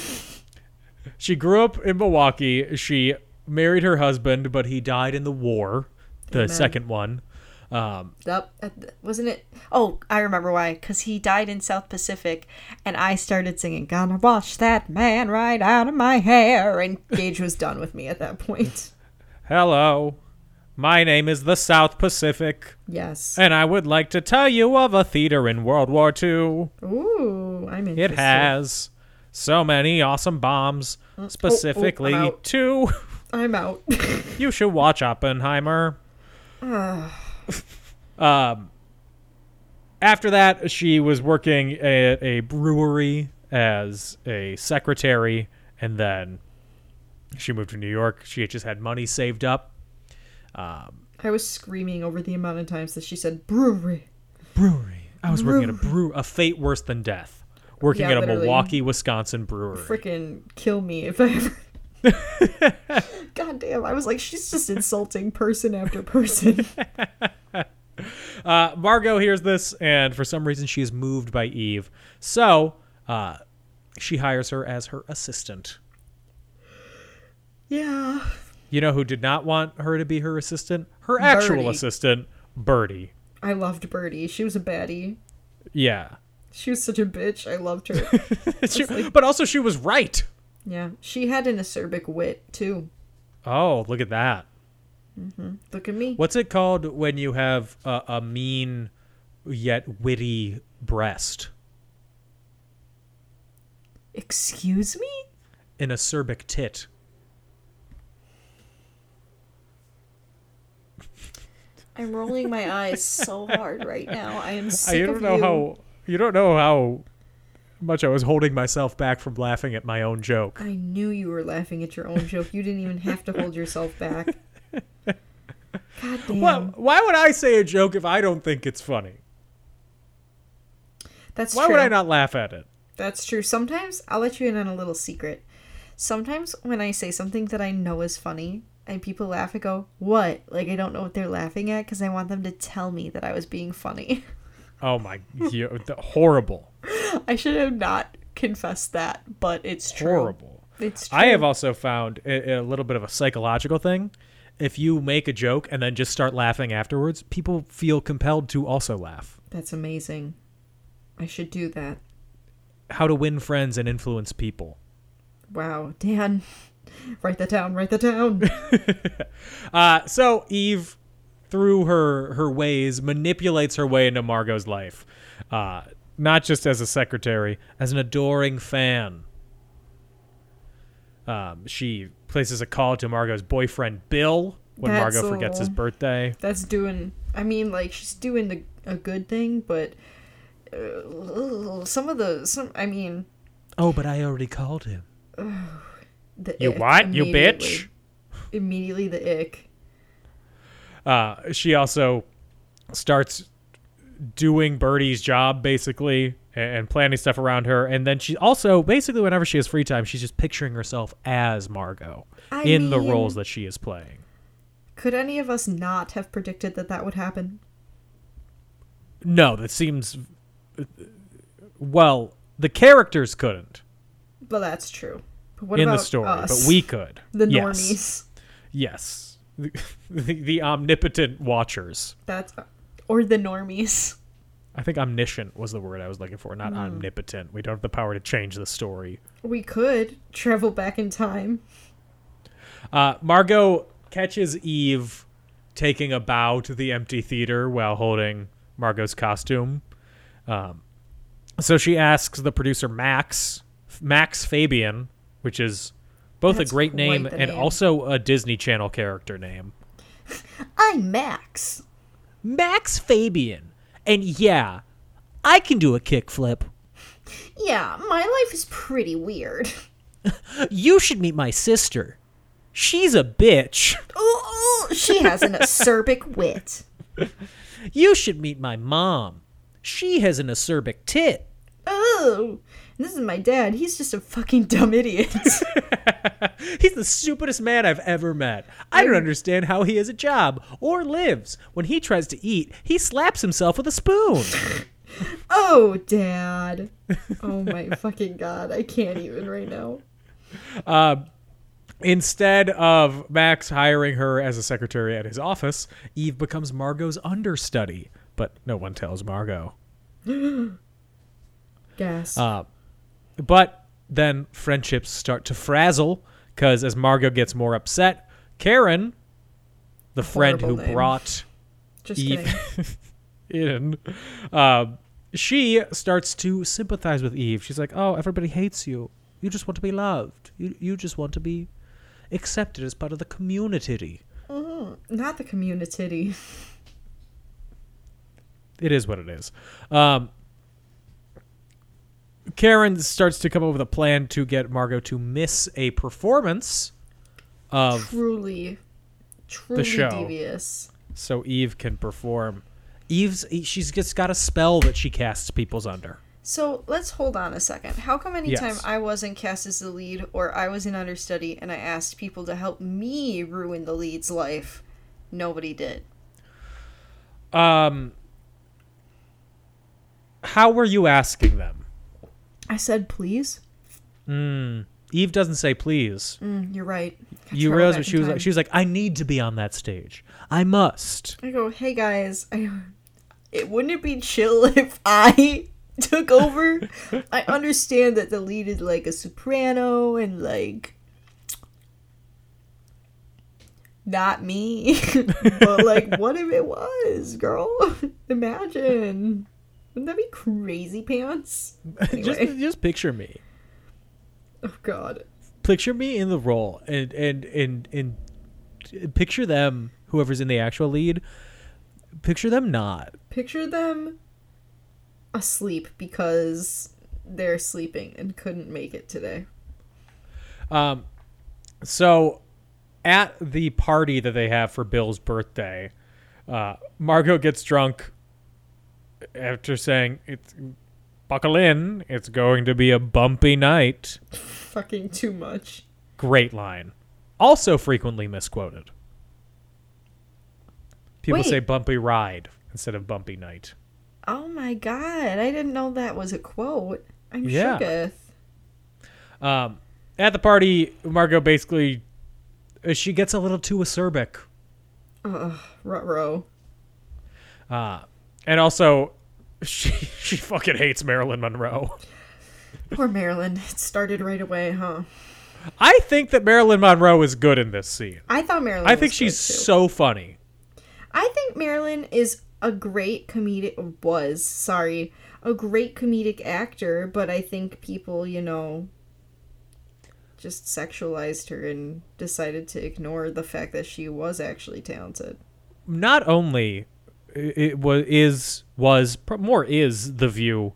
[SPEAKER 1] She grew up in Milwaukee. She married her husband, but he died in the war, the second one.
[SPEAKER 2] Up, at the- wasn't it? Oh, I remember why. Because he died in South Pacific, and I started singing, Gonna wash that man right out of my hair. And Gage was done with me at that point.
[SPEAKER 1] Hello, my name is the South Pacific,
[SPEAKER 2] Yes.
[SPEAKER 1] and I would like to tell you of a theater in World War II.
[SPEAKER 2] Ooh, I'm interested.
[SPEAKER 1] It has so many awesome
[SPEAKER 2] Mm.
[SPEAKER 1] bombs, specifically
[SPEAKER 2] Oh, out.
[SPEAKER 1] two.
[SPEAKER 2] I'm out.
[SPEAKER 1] You should watch Oppenheimer. um, after that, she was working at a brewery as a secretary, and then she moved to New York. She had just had money saved up.
[SPEAKER 2] I was screaming over the amount of times that she said brewery.
[SPEAKER 1] Brewery. I was working at a brew, a fate worse than death. Working
[SPEAKER 2] Yeah,
[SPEAKER 1] at a
[SPEAKER 2] literally.
[SPEAKER 1] Milwaukee, Wisconsin brewery.
[SPEAKER 2] Frickin' kill me if I ever. God damn, I was like, she's just insulting person after person.
[SPEAKER 1] Uh, Margot hears this, and for some reason, she is moved by Eve. So uh, she hires her as her assistant.
[SPEAKER 2] yeah.
[SPEAKER 1] You know who did not want her to be her assistant? Her actual
[SPEAKER 2] Birdie.
[SPEAKER 1] assistant, Birdie.
[SPEAKER 2] I loved Birdie. She was a baddie.
[SPEAKER 1] Yeah.
[SPEAKER 2] She was such a bitch. I loved her.
[SPEAKER 1] She- but also, she was right.
[SPEAKER 2] yeah. She had an acerbic wit, too.
[SPEAKER 1] Oh, look at that.
[SPEAKER 2] Look at me.
[SPEAKER 1] What's it called when you have a, a mean yet witty breast?
[SPEAKER 2] Excuse me?
[SPEAKER 1] An acerbic tit.
[SPEAKER 2] I'm rolling my eyes so hard right now. I am sick of you.
[SPEAKER 1] You don't know how much I was holding myself back from laughing at my own joke.
[SPEAKER 2] I knew you were laughing at your own joke. You didn't even have to hold yourself back. God damn.
[SPEAKER 1] Well, why would I say a joke if I don't think it's funny?
[SPEAKER 2] That's
[SPEAKER 1] Why
[SPEAKER 2] true.
[SPEAKER 1] would I not laugh at it?
[SPEAKER 2] That's true. Sometimes I'll let you in on a little secret. Sometimes when I say something that I know is funny and people laugh, I go, "What?" Like I don't know what they're laughing at because I want them to tell me that I was being funny.
[SPEAKER 1] Oh my, you, horrible.
[SPEAKER 2] I should have not confessed that, but it's true.
[SPEAKER 1] horrible.
[SPEAKER 2] It's
[SPEAKER 1] I have
[SPEAKER 2] true.
[SPEAKER 1] also found a, a little bit of a psychological thing. If you make a joke and then just start laughing afterwards, people feel compelled to also laugh.
[SPEAKER 2] That's amazing. I should do that.
[SPEAKER 1] How to win friends and influence people.
[SPEAKER 2] Wow, Dan. Write that down. Write that down.
[SPEAKER 1] Uh, so Eve, through her her ways, manipulates her way into Margot's life, uh, not just as a secretary, as an adoring fan. Um, she places a call to Margot's boyfriend Bill when
[SPEAKER 2] That's
[SPEAKER 1] Margot forgets
[SPEAKER 2] a-
[SPEAKER 1] his birthday.
[SPEAKER 2] That's doing. I mean, like she's doing the, a good thing, but uh, some of the some. I mean,
[SPEAKER 1] Oh, but I already called him.
[SPEAKER 2] the
[SPEAKER 1] You
[SPEAKER 2] ick
[SPEAKER 1] what? You
[SPEAKER 2] immediately.
[SPEAKER 1] bitch.
[SPEAKER 2] Immediately the ick.
[SPEAKER 1] Uh, she also starts doing Birdie's job basically a- and planning stuff around her. And then she also basically whenever she has free time, she's just picturing herself as Margot
[SPEAKER 2] I
[SPEAKER 1] in the
[SPEAKER 2] mean-
[SPEAKER 1] roles that she is playing.
[SPEAKER 2] Could any of us not have predicted that that would happen?
[SPEAKER 1] No, that seems well. The characters couldn't
[SPEAKER 2] Well, that's true. But what
[SPEAKER 1] in
[SPEAKER 2] about
[SPEAKER 1] the story,
[SPEAKER 2] us?
[SPEAKER 1] but we could.
[SPEAKER 2] the normies.
[SPEAKER 1] yes, yes, the, the, the omnipotent watchers.
[SPEAKER 2] That's or the normies.
[SPEAKER 1] I think omniscient was the word I was looking for, not
[SPEAKER 2] Mm.
[SPEAKER 1] omnipotent. We don't have the power to change the story.
[SPEAKER 2] We could travel back in time.
[SPEAKER 1] Uh, Margot catches Eve taking a bow to the empty theater while holding Margot's costume. Um, so she asks the producer Max, Max Fabian, which is both
[SPEAKER 2] That's
[SPEAKER 1] a great
[SPEAKER 2] quite
[SPEAKER 1] name
[SPEAKER 2] the
[SPEAKER 1] and
[SPEAKER 2] name.
[SPEAKER 1] also a Disney Channel character name.
[SPEAKER 2] I'm Max.
[SPEAKER 1] Max Fabian. And yeah, I can do a kickflip.
[SPEAKER 2] Yeah, my life is pretty weird.
[SPEAKER 1] You should meet my sister. She's a bitch.
[SPEAKER 2] Ooh, ooh, she has an acerbic wit.
[SPEAKER 1] You should meet my mom. She has an acerbic tit.
[SPEAKER 2] Oh, this is my dad. He's just a fucking dumb idiot.
[SPEAKER 1] He's the stupidest man I've ever met. I don't understand how he has a job or lives. When he tries to eat, he slaps himself with a spoon.
[SPEAKER 2] oh, dad. Oh my fucking god. I can't even right now.
[SPEAKER 1] Instead of Max hiring her as a secretary at his office, Eve becomes Margot's understudy. But no one tells Margot. Uh,
[SPEAKER 2] Gas.
[SPEAKER 1] But then friendships start to frazzle because as Margot gets more upset, Karen, the friend who
[SPEAKER 2] Horrible name.
[SPEAKER 1] brought
[SPEAKER 2] just
[SPEAKER 1] Eve-
[SPEAKER 2] kidding.
[SPEAKER 1] in, um, she starts to sympathize with Eve. She's like, "Oh, everybody hates you. You just want to be loved. You you just want to be accepted as part of the community."
[SPEAKER 2] Not the community.
[SPEAKER 1] It is what it is. Um, Karen starts to come up with a plan to get Margot to miss a performance of
[SPEAKER 2] Truly, truly
[SPEAKER 1] show.
[SPEAKER 2] devious.
[SPEAKER 1] so Eve can perform. Eve's she's just got a spell that she casts people's under.
[SPEAKER 2] So let's hold on a second. How come anytime
[SPEAKER 1] Yes.
[SPEAKER 2] I wasn't cast as the lead or I was an understudy and I asked people to help me ruin the lead's life, nobody did?
[SPEAKER 1] Um, how were you asking them?
[SPEAKER 2] I said, please.
[SPEAKER 1] Eve doesn't say please.
[SPEAKER 2] Mm, you're right. I
[SPEAKER 1] you
[SPEAKER 2] travel
[SPEAKER 1] realize
[SPEAKER 2] back
[SPEAKER 1] what
[SPEAKER 2] in
[SPEAKER 1] she was
[SPEAKER 2] time.
[SPEAKER 1] like. She was like, I need to be on that stage. I must.
[SPEAKER 2] I go, hey guys, I, it wouldn't it be chill if I took over? I understand that the lead is like a soprano and like not me, but like, what if it was, girl? Imagine. Wouldn't that be crazy pants?
[SPEAKER 1] just,
[SPEAKER 2] Anyway.
[SPEAKER 1] just picture me.
[SPEAKER 2] Oh God.
[SPEAKER 1] Picture me in the role, and and and and picture them. Whoever's in the actual lead, picture them not.
[SPEAKER 2] Picture them asleep because they're sleeping and couldn't make it today.
[SPEAKER 1] So, at the party that they have for Bill's birthday, uh, Margot gets drunk after saying, "It's buckle in. It's going to be a bumpy night."
[SPEAKER 2] Fucking too much.
[SPEAKER 1] Great line. Also frequently misquoted. People
[SPEAKER 2] Wait.
[SPEAKER 1] say bumpy ride instead of bumpy night.
[SPEAKER 2] Oh my god, I didn't know that was a quote. I'm
[SPEAKER 1] Yeah.
[SPEAKER 2] shooketh.
[SPEAKER 1] Um, At the party, Margot basically uh, she gets a little too acerbic,
[SPEAKER 2] Ruh-roh.
[SPEAKER 1] and also she she fucking hates Marilyn Monroe.
[SPEAKER 2] Poor Marilyn. It started right away, huh?
[SPEAKER 1] I think that Marilyn Monroe is good in this scene.
[SPEAKER 2] I thought Marilyn.
[SPEAKER 1] I think
[SPEAKER 2] was
[SPEAKER 1] she's
[SPEAKER 2] good, too.
[SPEAKER 1] so funny.
[SPEAKER 2] I think Marilyn is a great comedic was, sorry, a great comedic actor, but I think people, you know, just sexualized her and decided to ignore the fact that she was actually talented.
[SPEAKER 1] Not only i- it was is was pro- more is the view.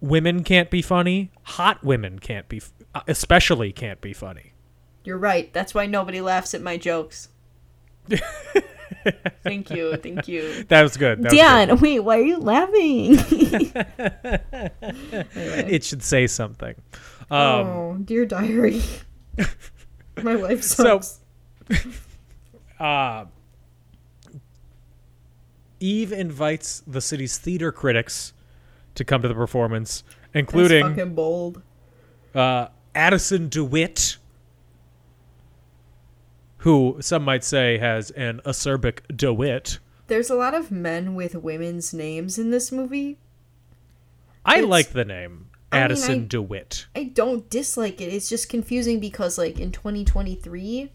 [SPEAKER 1] Women can't be funny. Hot women can't be, f- uh, especially can't be funny.
[SPEAKER 2] You're right. That's why nobody laughs at my jokes. thank you. Thank you.
[SPEAKER 1] That was good. That was good.
[SPEAKER 2] Dan, wait, why are you laughing?
[SPEAKER 1] it should say something.
[SPEAKER 2] oh, dear diary. my life
[SPEAKER 1] So,
[SPEAKER 2] sucks.
[SPEAKER 1] uh, Eve invites the city's theater critics to come to the performance,
[SPEAKER 2] That's
[SPEAKER 1] including
[SPEAKER 2] fucking bold.
[SPEAKER 1] uh, Addison DeWitt, who some might say has an acerbic DeWitt.
[SPEAKER 2] There's a lot of men with women's names in this movie.
[SPEAKER 1] I
[SPEAKER 2] It's-
[SPEAKER 1] like the name
[SPEAKER 2] I mean,
[SPEAKER 1] Addison
[SPEAKER 2] I-
[SPEAKER 1] DeWitt.
[SPEAKER 2] I don't dislike it. It's just confusing because, like, in 2023,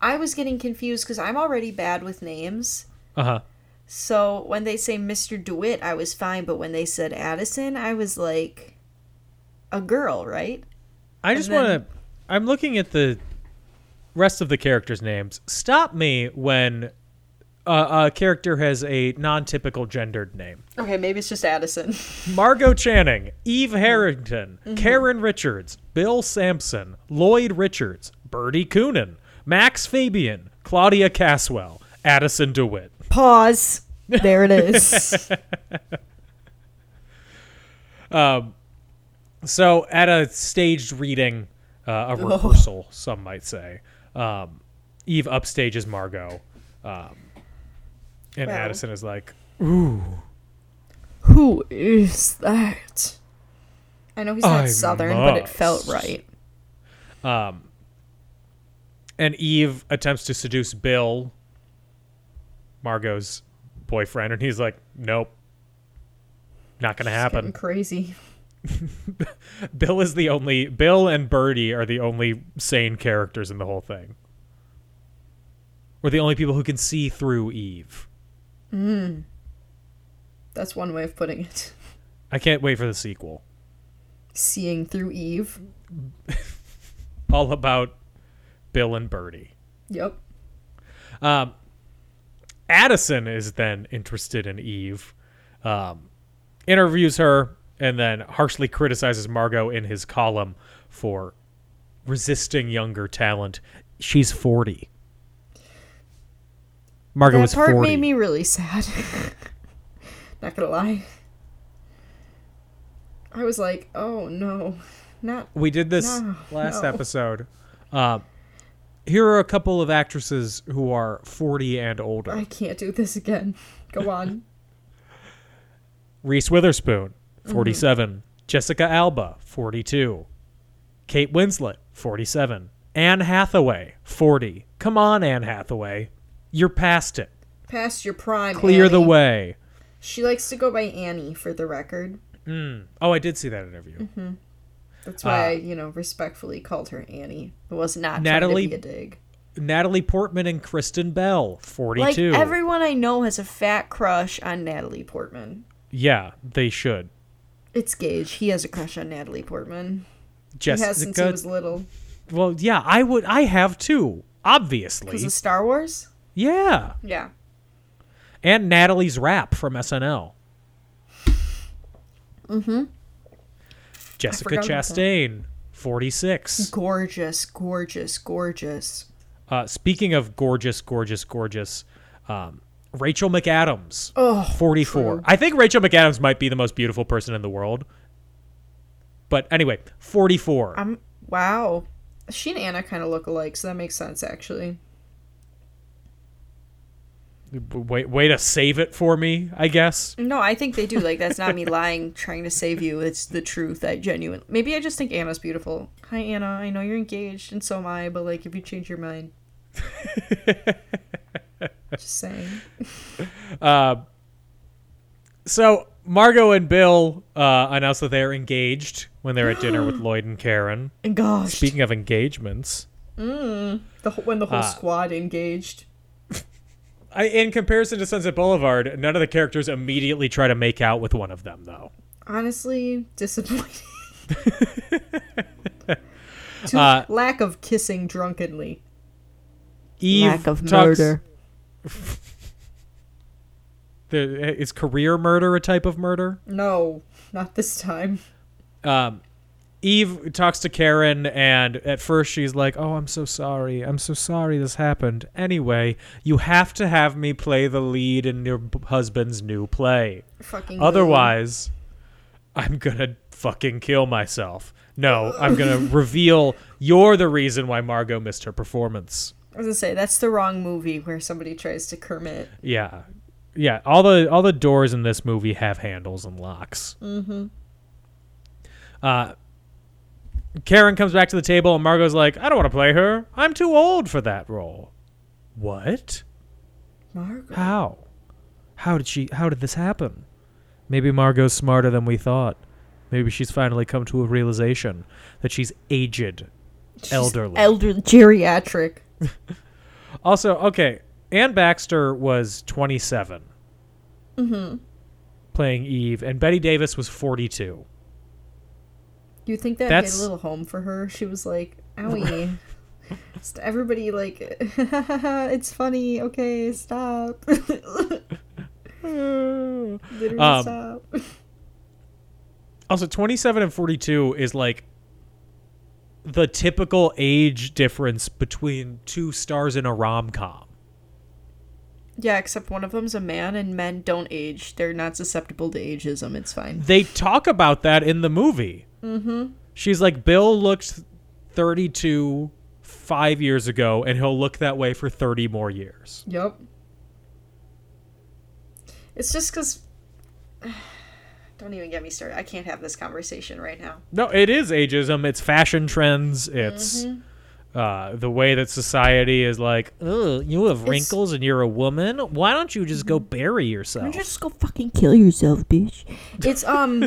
[SPEAKER 2] I was getting confused because I'm already bad with names.
[SPEAKER 1] Uh huh.
[SPEAKER 2] So when they say Mr. DeWitt, I was fine. But when they said Addison, I was like, a girl, right?
[SPEAKER 1] I just
[SPEAKER 2] then-
[SPEAKER 1] want to. I'm looking at the rest of the characters' names. Stop me when uh, a character has a non-typical gendered name.
[SPEAKER 2] Okay, maybe it's just Addison.
[SPEAKER 1] Margot Channing, Eve Harrington, Karen Richards, Bill Sampson, Lloyd Richards, Bertie Coonan, Max Fabian, Claudia Caswell, Addison DeWitt.
[SPEAKER 2] Pause. There it is.
[SPEAKER 1] So, at a staged reading, uh, a rehearsal, some might say, um, Eve upstages Margot. Um, and
[SPEAKER 2] Well.
[SPEAKER 1] Addison is like,
[SPEAKER 2] Who is that? I know he's not
[SPEAKER 1] I
[SPEAKER 2] Southern, but it felt
[SPEAKER 1] must.
[SPEAKER 2] right.
[SPEAKER 1] and Eve attempts to seduce Bill, Margot's boyfriend, and he's like, "Nope, not gonna
[SPEAKER 2] Getting
[SPEAKER 1] happen."
[SPEAKER 2] crazy.
[SPEAKER 1] Bill is the only Bill and Birdie are the only sane characters in the whole thing. We're the only people who can see through Eve.
[SPEAKER 2] That's one way of putting it.
[SPEAKER 1] I can't wait for the sequel.
[SPEAKER 2] Seeing through Eve.
[SPEAKER 1] All about Bill and Birdie.
[SPEAKER 2] Yep.
[SPEAKER 1] Addison is then interested in Eve, um, interviews her, and then harshly criticizes Margot in his column for resisting younger talent. She's 40. Margot
[SPEAKER 2] That
[SPEAKER 1] is
[SPEAKER 2] part
[SPEAKER 1] 40.
[SPEAKER 2] made me really sad. Not gonna lie. I was like, oh no. Not
[SPEAKER 1] we did this
[SPEAKER 2] No,
[SPEAKER 1] last
[SPEAKER 2] no.
[SPEAKER 1] episode. Uh, here are a couple of actresses who are 40 and older.
[SPEAKER 2] I can't do this again. Go on.
[SPEAKER 1] Reese Witherspoon,
[SPEAKER 2] Mm-hmm.
[SPEAKER 1] 47. Jessica Alba, 42. Kate Winslet, 47. Anne Hathaway, 40. Come on, Anne Hathaway. You're past it.
[SPEAKER 2] Past your prime.
[SPEAKER 1] Clear the
[SPEAKER 2] Annie.
[SPEAKER 1] way.
[SPEAKER 2] She likes to go by Annie for the record.
[SPEAKER 1] Oh, I did see that interview.
[SPEAKER 2] That's why
[SPEAKER 1] Ah.
[SPEAKER 2] I, you know, respectfully called her Annie. It was not
[SPEAKER 1] Natalie
[SPEAKER 2] trying to be a dig.
[SPEAKER 1] Natalie Portman and Kristen Bell, 42.
[SPEAKER 2] Mm-hmm. Like everyone I know has a fat crush on Natalie Portman.
[SPEAKER 1] yeah, they should.
[SPEAKER 2] It's Gage. He has a crush on Natalie Portman. He
[SPEAKER 1] Jessica.
[SPEAKER 2] has since he was little.
[SPEAKER 1] well, yeah, I would I have too, obviously.
[SPEAKER 2] Because of Star Wars?
[SPEAKER 1] yeah.
[SPEAKER 2] Yeah.
[SPEAKER 1] and Natalie's rap from SNL. Mm-hmm. Jessica
[SPEAKER 2] Mm-hmm. forgot about that.
[SPEAKER 1] Chastain, 46.
[SPEAKER 2] gorgeous, gorgeous, gorgeous.
[SPEAKER 1] Uh, speaking of gorgeous, gorgeous, gorgeous, um, Rachel McAdams,
[SPEAKER 2] Oh,
[SPEAKER 1] 44.
[SPEAKER 2] true.
[SPEAKER 1] I think Rachel McAdams might be the most beautiful person in the world. But anyway, 44.
[SPEAKER 2] I'm wow. She and Anna kind of look alike, so that makes sense actually.
[SPEAKER 1] way, way to save it for me, I guess.
[SPEAKER 2] No, I think they do. Like that's not me lying, trying to save you. It's the truth. I genuinely. Maybe I just think Anna's beautiful. Hi Anna. I know you're engaged, and so am I. But like, if you change your mind, just saying.
[SPEAKER 1] So Margot and Bill uh, announced that they're engaged when they're at dinner with Lloyd and Karen.
[SPEAKER 2] And gosh,
[SPEAKER 1] Speaking of engagements,
[SPEAKER 2] the whole, when the
[SPEAKER 1] Ah.
[SPEAKER 2] whole squad engaged.
[SPEAKER 1] I, in comparison to Sunset Boulevard, none of the characters immediately try to make out with one of them, though.
[SPEAKER 2] Honestly, disappointing. To
[SPEAKER 1] Ah.
[SPEAKER 2] lack of kissing drunkenly.
[SPEAKER 1] Eve talks- The, is career murder a type of murder?
[SPEAKER 2] No, not this time.
[SPEAKER 1] Eve talks to Karen, and at first she's like, Oh, I'm so sorry. I'm so sorry this happened. Anyway, you have to have me play the lead in your b- husband's new play.
[SPEAKER 2] Fucking.
[SPEAKER 1] Otherwise, I'm going to fucking kill myf. No, I'm going to reveal you're the reason why Margot missed her performance.
[SPEAKER 2] I was gonna say that's the wrong movie where somebody tries to Kermit.
[SPEAKER 1] Yeah. Yeah, all the all the doors in this movie have handles and locks. Mm-hmm. Uh, Karen comes back to the table and Margot's like, "I don't want to play her. I'm too old for that role." What?
[SPEAKER 2] Margot.
[SPEAKER 1] How? How did she? How did this happen? Maybe Margot's smarter than we thought. Maybe she's finally come to a realization that she's aged, elderly.
[SPEAKER 2] Elder geriatric.
[SPEAKER 1] Also, okay, Ann Baxter was 27. Mm-hmm. Playing Eve, and Betty Davis was 42.
[SPEAKER 2] You think that hit
[SPEAKER 1] That's-
[SPEAKER 2] a little home for her? She was like, "Owie." Just everybody like, it's funny. Okay, stop. Literally
[SPEAKER 1] Um,
[SPEAKER 2] stop.
[SPEAKER 1] Also, 27 and 42 is like the typical age difference between two stars in a rom com.
[SPEAKER 2] Yeah, except one of them's a man, and men don't age. They're not susceptible to ageism. It's fine.
[SPEAKER 1] They talk about that in the movie. Mm-hmm. She's like, Bill looked 32 five years ago, and he'll look that way for 30 more years.
[SPEAKER 2] Yep. It's just because. Don't even get me started. I can't have this conversation right now.
[SPEAKER 1] No, it is ageism. It's fashion trends. It's
[SPEAKER 2] Mm-hmm.
[SPEAKER 1] uh, the way that society is like, oh, you have wrinkles and you're a woman. Why don't you just go bury yourself?
[SPEAKER 2] Mm-hmm. Just go fucking kill yourself, bitch. It's um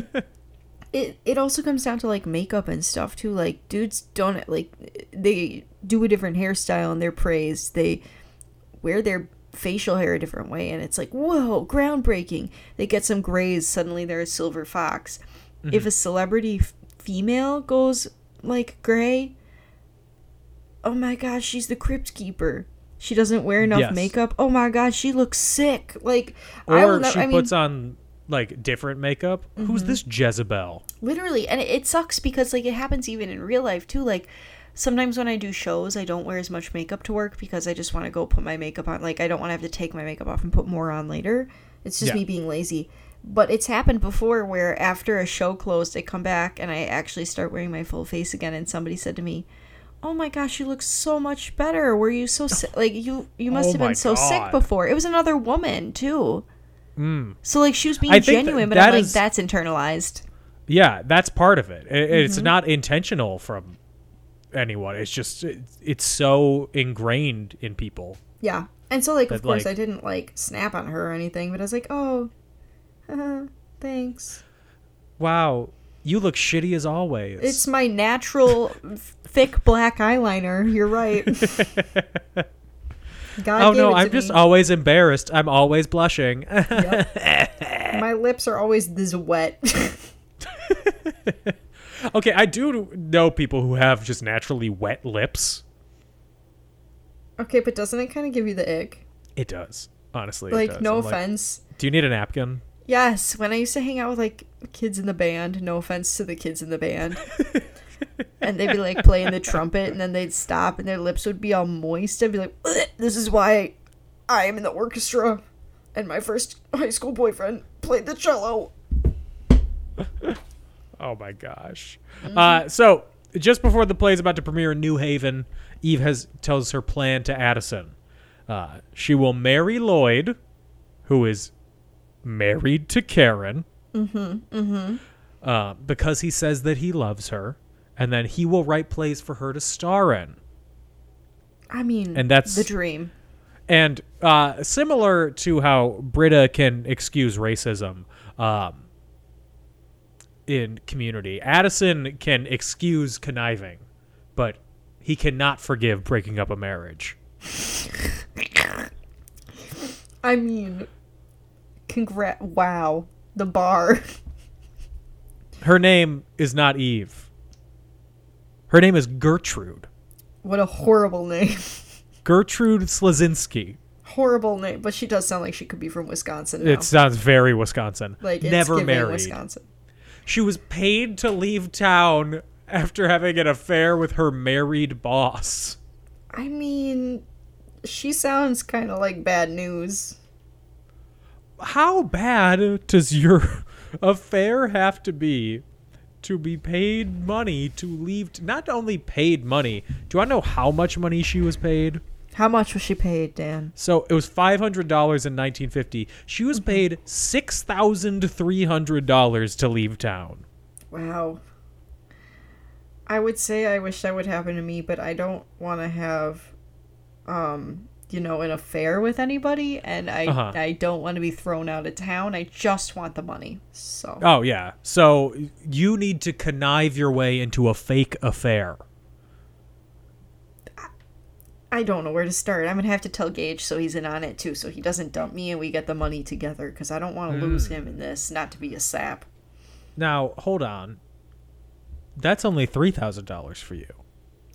[SPEAKER 2] it it also comes down to like makeup and stuff too. Like dudes don't like they do a different hairstyle and they're praised. They wear their facial hair a different way and it's like, whoa, groundbreaking. They get some grays, suddenly they're a silver fox.
[SPEAKER 1] Mm-hmm.
[SPEAKER 2] If a celebrity f- female goes like gray, oh my god, she's the crypt keeper. She doesn't wear enough
[SPEAKER 1] Yes.
[SPEAKER 2] makeup. Oh my god, she looks sick. Like I will
[SPEAKER 1] or
[SPEAKER 2] nev-
[SPEAKER 1] she
[SPEAKER 2] I mean- Mm-hmm.
[SPEAKER 1] puts on like different makeup. Who's this Jezebel?
[SPEAKER 2] literally and it, it sucks because like it happens even in real life too like sometimes when i do shows i don't wear as much makeup to work because i just want to go put my makeup on like i don't want to have to take my makeup off and put more on later it's just
[SPEAKER 1] Yeah.
[SPEAKER 2] me being lazy but it's happened before where after a show closed i come back and i actually start wearing my full face again and somebody said to me oh my gosh you look so much better were you so sick like you you must
[SPEAKER 1] Oh
[SPEAKER 2] have
[SPEAKER 1] my
[SPEAKER 2] been so
[SPEAKER 1] God. Hmm.
[SPEAKER 2] sick before it was another woman too so like she was being
[SPEAKER 1] I think that-
[SPEAKER 2] genuine but
[SPEAKER 1] that
[SPEAKER 2] i'm like
[SPEAKER 1] is-
[SPEAKER 2] that's internalized
[SPEAKER 1] Yeah, that's part of it. I-
[SPEAKER 2] Mm-hmm.
[SPEAKER 1] It's not intentional from anyone. It's just it's, it's so ingrained in people.
[SPEAKER 2] Yeah. And so, like, of
[SPEAKER 1] That,
[SPEAKER 2] course,
[SPEAKER 1] like-
[SPEAKER 2] I didn't, like, snap on her or anything, but I was like, oh, uh, thanks.
[SPEAKER 1] Wow, you look shitty as always.
[SPEAKER 2] It's my natural thick black eyeliner. You're right. God
[SPEAKER 1] oh
[SPEAKER 2] gave
[SPEAKER 1] no,
[SPEAKER 2] it to
[SPEAKER 1] I'm just
[SPEAKER 2] me.
[SPEAKER 1] always embarrassed. I'm always blushing.
[SPEAKER 2] My lips are always this wet.
[SPEAKER 1] Okay, I do know people who have just naturally wet lips.
[SPEAKER 2] okay, but doesn't it kind of give you the ick?
[SPEAKER 1] It does. Honestly. it
[SPEAKER 2] Like,
[SPEAKER 1] does.
[SPEAKER 2] no
[SPEAKER 1] I'm like,
[SPEAKER 2] offense.
[SPEAKER 1] do you need a napkin?
[SPEAKER 2] Yes, when I used to hang out with like kids in the band, no offense to the kids in the band. and they'd be like playing the trumpet and then they'd stop and their lips would be all moist. I'd be like, "Ugh, this is why I am in the orchestra and my first high school boyfriend played the cello.
[SPEAKER 1] Oh my gosh.
[SPEAKER 2] Mm-hmm.
[SPEAKER 1] Uh, so just before the play is about to premiere in New Haven, Eve has tells her plan to Addison. Uh, she will marry Lloyd, who is married to Karen. Mm-hmm. Mm-hmm. Uh, because he says that he loves her, and then he will write plays for her to star in.
[SPEAKER 2] I mean,
[SPEAKER 1] And that's-
[SPEAKER 2] the dream.
[SPEAKER 1] And uh, similar to how Britta can excuse racism um, in community, Addison can excuse conniving, but he cannot forgive breaking up a marriage.
[SPEAKER 2] I mean, congrat. Wow, the bar.
[SPEAKER 1] Her name is not Eve. Her name is Gertrude.
[SPEAKER 2] what a horrible name.
[SPEAKER 1] Gertrude Slazinski.
[SPEAKER 2] horrible name. But she does sound like she could be from Wisconsin. Now.
[SPEAKER 1] It sounds very Wisconsin.
[SPEAKER 2] like it's
[SPEAKER 1] Never
[SPEAKER 2] giving
[SPEAKER 1] married.
[SPEAKER 2] Wisconsin.
[SPEAKER 1] She was paid to leave town after having an affair with her married boss.
[SPEAKER 2] I mean, she sounds kind of like bad news.
[SPEAKER 1] how bad does your affair have to be to be paid money to leave t- not only paid money do i know how much money she was paid
[SPEAKER 2] How much was she paid, Dan?
[SPEAKER 1] so it was $500 in 1950 she was
[SPEAKER 2] Mm-hmm.
[SPEAKER 1] paid $6300 to leave town
[SPEAKER 2] Wow. I would say I wish that would happen to me, but I don't want to have, um, you know, an affair with anybody, and I
[SPEAKER 1] Uh-huh.
[SPEAKER 2] I don't want to be thrown out of town. I just want the money. So
[SPEAKER 1] oh yeah so you need to connive your way into a fake affair
[SPEAKER 2] I don't know where to start. I'm gonna have to tell Gage so he's in on it too, so he doesn't dump me and we get the money together. Because I don't want to
[SPEAKER 1] Mm.
[SPEAKER 2] lose him in this, not to be a sap.
[SPEAKER 1] now hold on that's only $3000 for you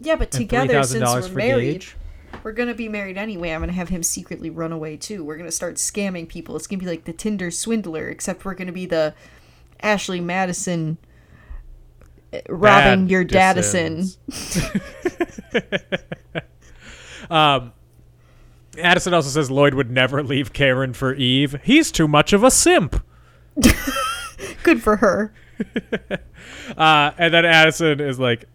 [SPEAKER 2] Yeah, but
[SPEAKER 1] and
[SPEAKER 2] together since
[SPEAKER 1] $3000
[SPEAKER 2] we're
[SPEAKER 1] for
[SPEAKER 2] married,
[SPEAKER 1] gage
[SPEAKER 2] we're gonna be married anyway. I'm gonna have him secretly run away too. We're gonna start scamming people. It's gonna be like the Tinder swindler, except we're gonna be the Ashley Madison uh, robbing
[SPEAKER 1] Bad
[SPEAKER 2] your
[SPEAKER 1] decisions.
[SPEAKER 2] dadison.
[SPEAKER 1] um, Addison also says Lloyd would never leave Karen for Eve. He's too much of a simp.
[SPEAKER 2] Good for her.
[SPEAKER 1] Uh, and then Addison is like,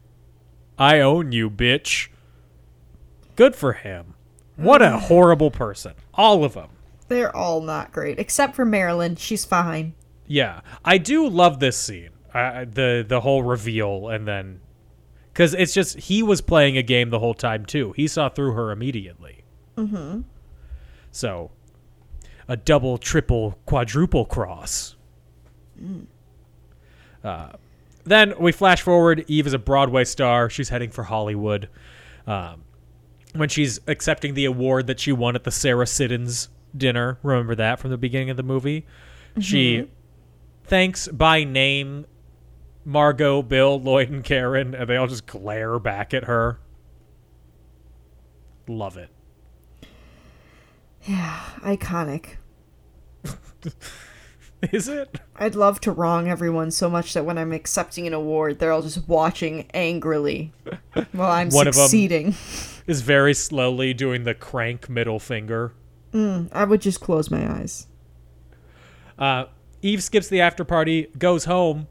[SPEAKER 1] I own you, bitch. Good for him. What a horrible person. All of them.
[SPEAKER 2] They're all not great, except for Marilyn. She's fine.
[SPEAKER 1] Yeah, I do love this scene. I I- the the whole reveal and then because it's just he was playing a game the whole time too. He saw through her immediately. Mm-hmm. So, a double, triple, quadruple cross. Uh, then we flash forward. Eve is a Broadway star. She's heading for Hollywood. Um, when she's accepting the award that she won at the Sarah Siddons dinner, remember that from the beginning of the movie. She thanks by name Margot, Bill, Lloyd, and Karen, and they all just glare back at her. Love it.
[SPEAKER 2] Iconic.
[SPEAKER 1] Is it?
[SPEAKER 2] I'd love to wrong everyone so much that when I'm accepting an award, they're all just watching angrily while I'm
[SPEAKER 1] One of 'em-
[SPEAKER 2] succeeding.
[SPEAKER 1] Is very slowly doing the crank middle finger.
[SPEAKER 2] I would just close my eyes.
[SPEAKER 1] Uh, Eve skips the after party, goes home.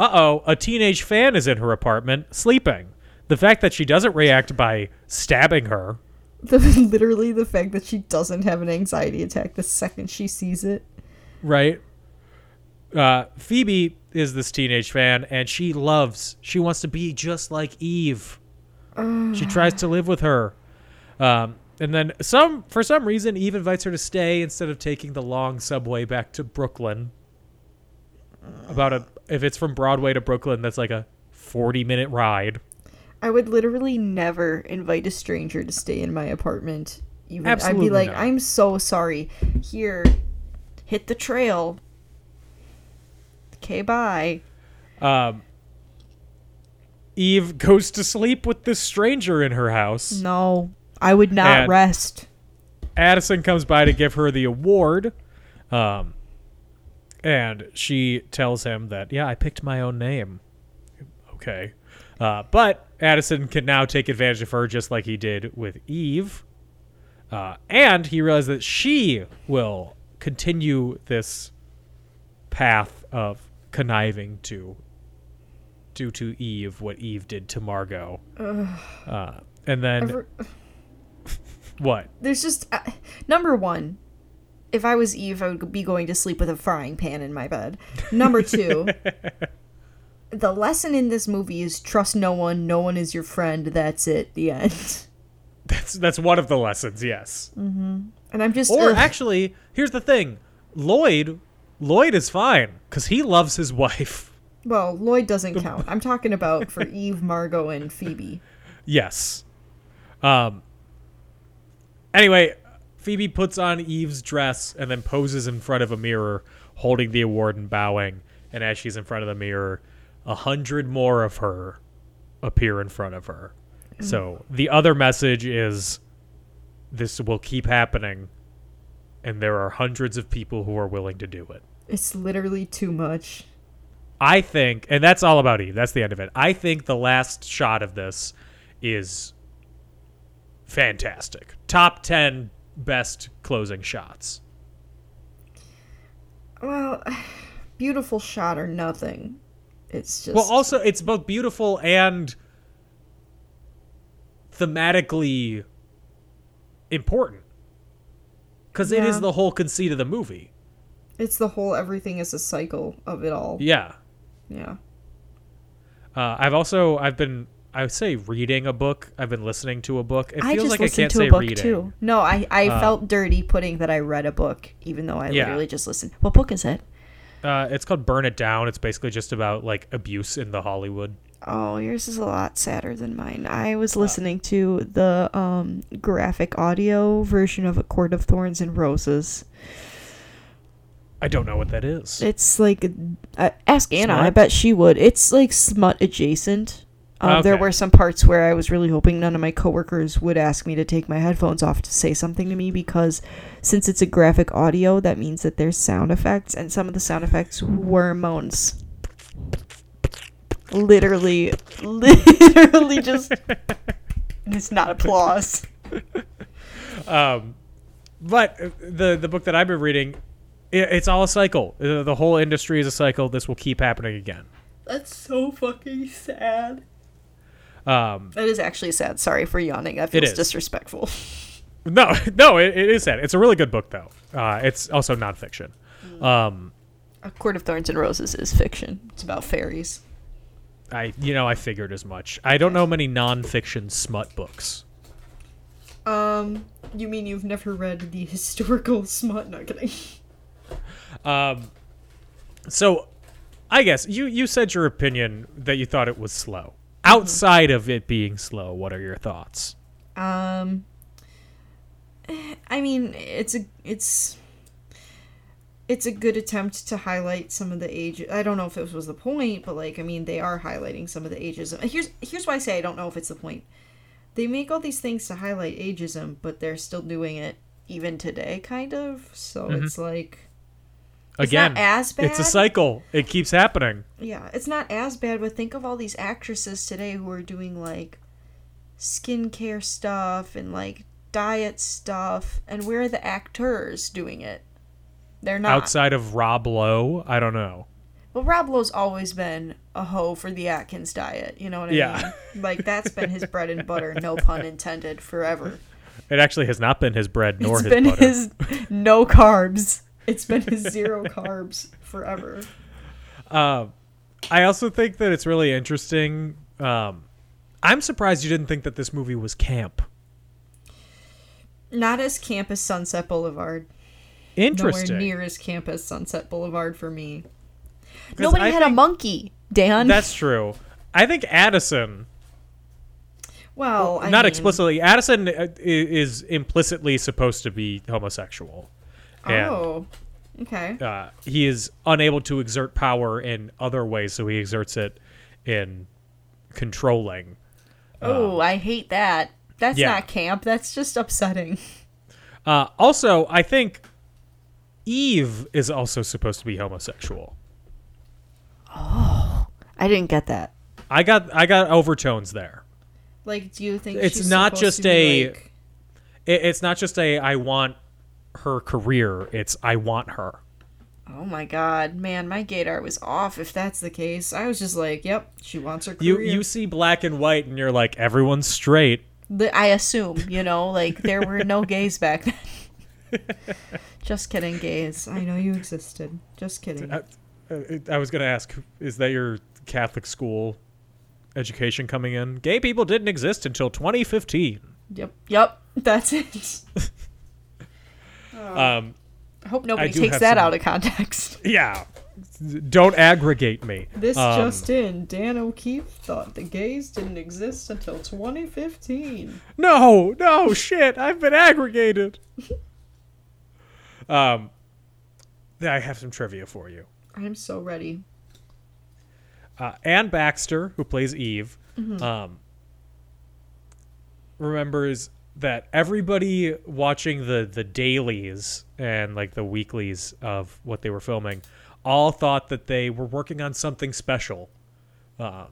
[SPEAKER 1] Uh oh, a teenage fan is in her apartment, sleeping. The fact that she doesn't react by stabbing her.
[SPEAKER 2] The, literally, the fact that she doesn't have an anxiety attack the second she sees it.
[SPEAKER 1] right? Uh, Phoebe is this teenage fan, and she loves. She wants to be just like Eve. she tries to live with her, um, and then some. For some reason, Eve invites her to stay instead of taking the long subway back to Brooklyn. About a if it's from Broadway to Brooklyn, that's like a forty-minute ride.
[SPEAKER 2] I would literally never invite a stranger to stay in my apartment. Even. I'd
[SPEAKER 1] Absolutely
[SPEAKER 2] be like,
[SPEAKER 1] not.
[SPEAKER 2] I'm so sorry. Here, hit the trail. Okay, bye.
[SPEAKER 1] Um, Eve goes to sleep with this stranger in her house.
[SPEAKER 2] No, I would not
[SPEAKER 1] And-
[SPEAKER 2] rest.
[SPEAKER 1] Addison comes by to give her the award. Um, and she tells him that, yeah, I picked my own name. Okay. Uh, but Addison can now take advantage of her just like he did with Eve. Uh, and he realizes that she will continue this path of conniving to do to Eve what Eve did to Margot. Uh, and then
[SPEAKER 2] Every-
[SPEAKER 1] What?
[SPEAKER 2] There's just uh, number one. If I was Eve, I would be going to sleep with a frying pan in my bed. Number two. the lesson in this movie is trust no one. No one is your friend. That's it. The end.
[SPEAKER 1] That's that's one of the lessons. Yes.
[SPEAKER 2] And I'm just
[SPEAKER 1] Or
[SPEAKER 2] ugh.
[SPEAKER 1] actually, here's the thing. Lloyd Lloyd is fine cuz he loves his wife.
[SPEAKER 2] well, Lloyd doesn't count. I'm talking about for Eve, Margot, and Phoebe.
[SPEAKER 1] Yes. Um Anyway, Phoebe puts on Eve's dress and then poses in front of a mirror holding the award and bowing, and as she's in front of the mirror, a hundred more of her appear in front of her. So the other message is this will keep happening and there are hundreds of people who are willing to do it.
[SPEAKER 2] It's literally too much.
[SPEAKER 1] I think, and that's all about Eve. That's the end of it. I think the last shot of this is fantastic. Top 10 best closing shots.
[SPEAKER 2] Well, beautiful shot or nothing. It's just
[SPEAKER 1] Well, also, it's both beautiful and thematically important because it
[SPEAKER 2] Yeah.
[SPEAKER 1] is the whole conceit of the movie.
[SPEAKER 2] it's the whole everything is a cycle of it all.
[SPEAKER 1] Yeah.
[SPEAKER 2] Yeah.
[SPEAKER 1] Uh, I've also I've been I would say reading a book. I've been listening to a book. It
[SPEAKER 2] I
[SPEAKER 1] feels
[SPEAKER 2] just
[SPEAKER 1] like I
[SPEAKER 2] listened
[SPEAKER 1] can't
[SPEAKER 2] to
[SPEAKER 1] say
[SPEAKER 2] a book
[SPEAKER 1] reading.
[SPEAKER 2] too. No, I, I felt dirty putting that I read a book, even though I
[SPEAKER 1] Yeah.
[SPEAKER 2] literally just listened. What book is it?
[SPEAKER 1] Uh, it's called Burn It Down. It's basically just about like abuse in the Hollywood.
[SPEAKER 2] Oh, yours is a lot sadder than mine. I was
[SPEAKER 1] Uh.
[SPEAKER 2] listening to the um, graphic audio version of A Court of Thorns and Roses.
[SPEAKER 1] I don't know what that is.
[SPEAKER 2] It's like uh, ask Anna. I
[SPEAKER 1] Smut?
[SPEAKER 2] bet she would. It's like smut adjacent. Um, There
[SPEAKER 1] Okay.
[SPEAKER 2] were some parts where I was really hoping none of my coworkers would ask me to take my headphones off to say something to me because since it's a graphic audio, that means that there's sound effects, and some of the sound effects were moans. Literally, literally, just it's not applause.
[SPEAKER 1] but uh, the the book that I've been reading, i it's all a cycle. Uh, The whole industry is a cycle. This will keep happening again.
[SPEAKER 2] That's so fucking sad.
[SPEAKER 1] Um,
[SPEAKER 2] That is actually sad. Sorry for yawning. That
[SPEAKER 1] It
[SPEAKER 2] feels
[SPEAKER 1] is.
[SPEAKER 2] disrespectful.
[SPEAKER 1] no, no, it, it is sad. It's a really good book though. Uh, it's also nonfiction. Um,
[SPEAKER 2] A Court of Thorns and Roses is fiction. It's about fairies.
[SPEAKER 1] I you know I figured as much. I don't know many nonfiction smut books.
[SPEAKER 2] Um, you mean you've never read the historical smut? Not kidding.
[SPEAKER 1] So, I guess you you said your opinion that you thought it was slow. Outside of it being slow, what are your thoughts?
[SPEAKER 2] Um, I mean, it's a it's it's a good attempt to highlight some of the age. I don't know if this was the point, but like, I mean, they are highlighting some of the ageism. Here's here's why I say I don't know if it's the point. They make all these things to highlight ageism, but they're still doing it even today, kind of. So it's like.
[SPEAKER 1] Mm-hmm. Again,
[SPEAKER 2] not as
[SPEAKER 1] it's a
[SPEAKER 2] bad.
[SPEAKER 1] cycle. It keeps happening.
[SPEAKER 2] Yeah, it's not as bad, but think of all these actresses today who are doing like skincare stuff and like diet stuff, and where are the actors doing it? They're not.
[SPEAKER 1] outside of Rob Lowe, I don't know.
[SPEAKER 2] Well, Rob Lowe's always been a hoe for the Atkins diet. You know what I
[SPEAKER 1] Yeah.
[SPEAKER 2] mean? Like that's been his bread and butter, no pun intended, forever.
[SPEAKER 1] It actually has not been his bread nor
[SPEAKER 2] it's
[SPEAKER 1] his
[SPEAKER 2] been
[SPEAKER 1] butter.
[SPEAKER 2] his no carbs. It's been his zero carbs forever.
[SPEAKER 1] I also think that it's really interesting. Um, I'm surprised you didn't think that this movie was camp.
[SPEAKER 2] Not as camp as Sunset Boulevard.
[SPEAKER 1] Interesting.
[SPEAKER 2] Nowhere near as camp as Sunset Boulevard for me.
[SPEAKER 1] 'Cause
[SPEAKER 2] Nobody
[SPEAKER 1] I
[SPEAKER 2] had a
[SPEAKER 1] think-
[SPEAKER 2] monkey, Dan.
[SPEAKER 1] That's true. I think Addison,
[SPEAKER 2] well, I
[SPEAKER 1] not
[SPEAKER 2] mean,
[SPEAKER 1] explicitly, Addison uh, i- is implicitly supposed to be homosexual. And
[SPEAKER 2] Oh, okay.
[SPEAKER 1] uh, he is unable to exert power in other ways, so he exerts it in controlling.
[SPEAKER 2] oh, I hate that. That's
[SPEAKER 1] Uh, yeah.
[SPEAKER 2] not camp. That's just upsetting.
[SPEAKER 1] Uh, also, I think Eve is also supposed to be homosexual.
[SPEAKER 2] I didn't get that.
[SPEAKER 1] I got I got overtones there.
[SPEAKER 2] Like, do you think
[SPEAKER 1] It's
[SPEAKER 2] she's
[SPEAKER 1] not
[SPEAKER 2] supposed
[SPEAKER 1] just
[SPEAKER 2] to be,
[SPEAKER 1] a-
[SPEAKER 2] like-
[SPEAKER 1] It, it's not just a I want her career. It's I want her.
[SPEAKER 2] oh my god, man, my gaydar was off. If that's the case, I was just like, yep, she wants her career.
[SPEAKER 1] You you see black and white and you're like everyone's straight.
[SPEAKER 2] The- I assume, you know, like there were no gays back then. Just kidding, gays. I know you existed. Just kidding.
[SPEAKER 1] I, I- Uh, I was going to ask, is that your Catholic school education coming in? Gay people didn't exist until 2015.
[SPEAKER 2] Yep. Yep. That's it.
[SPEAKER 1] Um,
[SPEAKER 2] I hope
[SPEAKER 1] I
[SPEAKER 2] nobody
[SPEAKER 1] do
[SPEAKER 2] takes
[SPEAKER 1] have
[SPEAKER 2] that
[SPEAKER 1] some-
[SPEAKER 2] out of context.
[SPEAKER 1] yeah. Don't aggregate me.
[SPEAKER 2] This
[SPEAKER 1] Um,
[SPEAKER 2] just in, Dan O'Keefe thought the gays didn't exist until 2015.
[SPEAKER 1] No, no, shit. I've been aggregated. um, I have some trivia for you.
[SPEAKER 2] I'm so ready.
[SPEAKER 1] uh, Anne Baxter, who plays Eve, um, remembers that everybody watching the the dailies and like the weeklies of what they were filming all thought that they were working on something special, uh,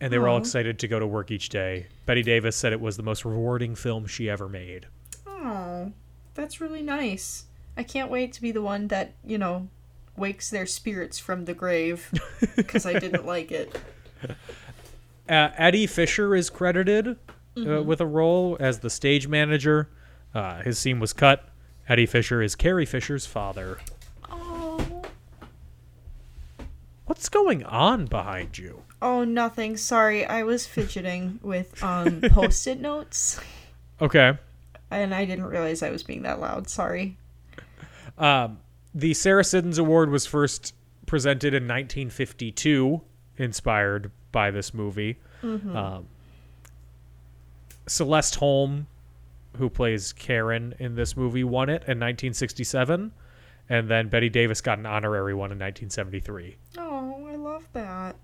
[SPEAKER 1] and they were all excited to go to work each day. Betty Davis said it was the most rewarding film she ever made.
[SPEAKER 2] Oh, that's really nice. I can't wait to be the one that, you know, wakes their spirits from the grave because I didn't like it.
[SPEAKER 1] uh, Eddie Fisher is credited uh, with a role as the stage manager. Uh, his scene was cut. Eddie Fisher is Carrie Fisher's father.
[SPEAKER 2] Oh.
[SPEAKER 1] What's going on behind you?
[SPEAKER 2] Oh, nothing. Sorry. I was fidgeting with um post-it notes
[SPEAKER 1] Okay.
[SPEAKER 2] and I didn't realize I was being that loud. Sorry.
[SPEAKER 1] The Sarah Siddons Award was first presented in 1952, inspired by this movie. Um, Celeste Holm, who plays Karen in this movie, won it in 1967, and then Betty Davis got an honorary one in 1973.
[SPEAKER 2] Oh, I love that.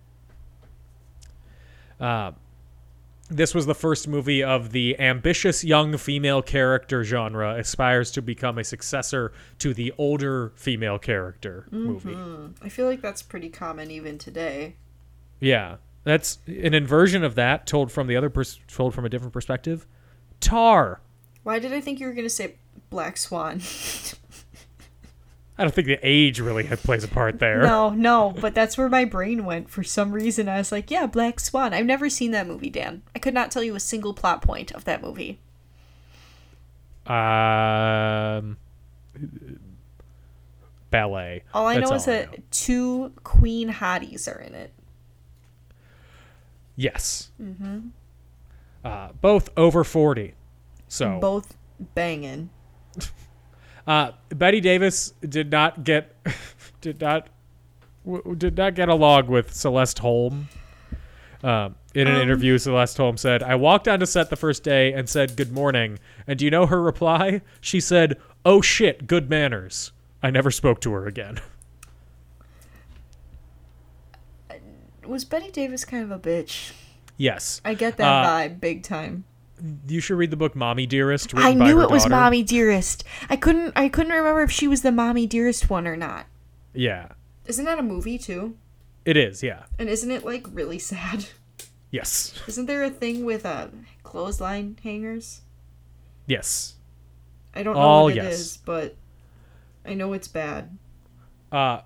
[SPEAKER 1] Uh, this was the first movie of the ambitious young female character genre, aspires to become a successor to the older female character movie.
[SPEAKER 2] I feel like that's pretty common even today.
[SPEAKER 1] Yeah, that's an inversion of that, told from the other pers- told from a different perspective. Tar.
[SPEAKER 2] Why did I think you were going to say Black Swan?
[SPEAKER 1] I don't think the age really had- plays a part there.
[SPEAKER 2] no, no, but that's where my brain went for some reason. I was like, yeah, Black Swan. I've never seen that movie, Dan. I could not tell you a single plot point of that movie.
[SPEAKER 1] Um, ballet.
[SPEAKER 2] All I
[SPEAKER 1] That's
[SPEAKER 2] know is
[SPEAKER 1] all
[SPEAKER 2] that two queen hotties are in it.
[SPEAKER 1] yes, mm-hmm. uh, both over forty. So
[SPEAKER 2] Both banging.
[SPEAKER 1] Uh, Betty Davis did not get did not w- did not get along with Celeste Holm. Um, in an interview, Celeste Holm said, "I walked onto set the first day and said good morning. And do you know her reply? She said, "Oh shit, good manners." I never spoke to her again.
[SPEAKER 2] Was Betty Davis kind of a bitch?
[SPEAKER 1] yes,
[SPEAKER 2] I get that
[SPEAKER 1] Uh,
[SPEAKER 2] vibe big time.
[SPEAKER 1] you should read the book "Mommy Dearest."
[SPEAKER 2] I
[SPEAKER 1] written by
[SPEAKER 2] knew
[SPEAKER 1] her
[SPEAKER 2] it was
[SPEAKER 1] daughter.
[SPEAKER 2] Mommy Dearest. I couldn't I couldn't remember if she was the Mommy Dearest one or not.
[SPEAKER 1] Yeah,
[SPEAKER 2] Isn't that a movie too?
[SPEAKER 1] it is. Yeah,
[SPEAKER 2] And isn't it like really sad?
[SPEAKER 1] yes,
[SPEAKER 2] Isn't there a thing with uh, clothesline hangers?
[SPEAKER 1] yes.
[SPEAKER 2] I don't know
[SPEAKER 1] Oh,
[SPEAKER 2] what it is,
[SPEAKER 1] yes.
[SPEAKER 2] but I know it's bad.
[SPEAKER 1] Uh,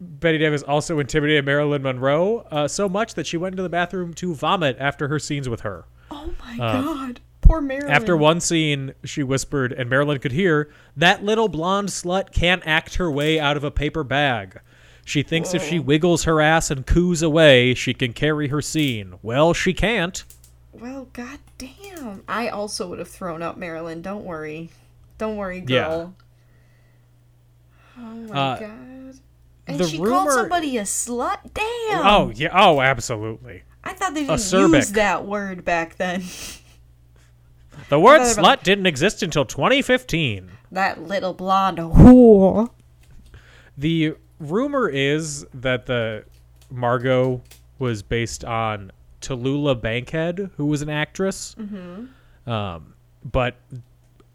[SPEAKER 1] Betty Davis also intimidated Marilyn Monroe uh, so much that she went into the bathroom to vomit after her scenes with her.
[SPEAKER 2] Oh my god. Poor Marilyn.
[SPEAKER 1] Uh, After one scene, she whispered, and Marilyn could hear, That little blonde slut can't act her way out of a paper bag. She thinks if she wiggles her ass and coos away, she can carry her scene. Well, she can't.
[SPEAKER 2] Well, goddamn. I also would have thrown up Marilyn. Don't worry. Don't worry,
[SPEAKER 1] Yeah.
[SPEAKER 2] girl. Oh my
[SPEAKER 1] Uh,
[SPEAKER 2] god. And
[SPEAKER 1] the
[SPEAKER 2] she
[SPEAKER 1] rumor-
[SPEAKER 2] called somebody a slut? Damn.
[SPEAKER 1] Oh, yeah. Oh, absolutely.
[SPEAKER 2] I thought they didn't
[SPEAKER 1] acerbic.
[SPEAKER 2] use that word back then.
[SPEAKER 1] The word
[SPEAKER 2] Another one.
[SPEAKER 1] slut didn't exist until 2015.
[SPEAKER 2] that little blonde whore.
[SPEAKER 1] The rumor is that the Margot was based on Tallulah Bankhead, who was an actress. Mm-hmm. Um, but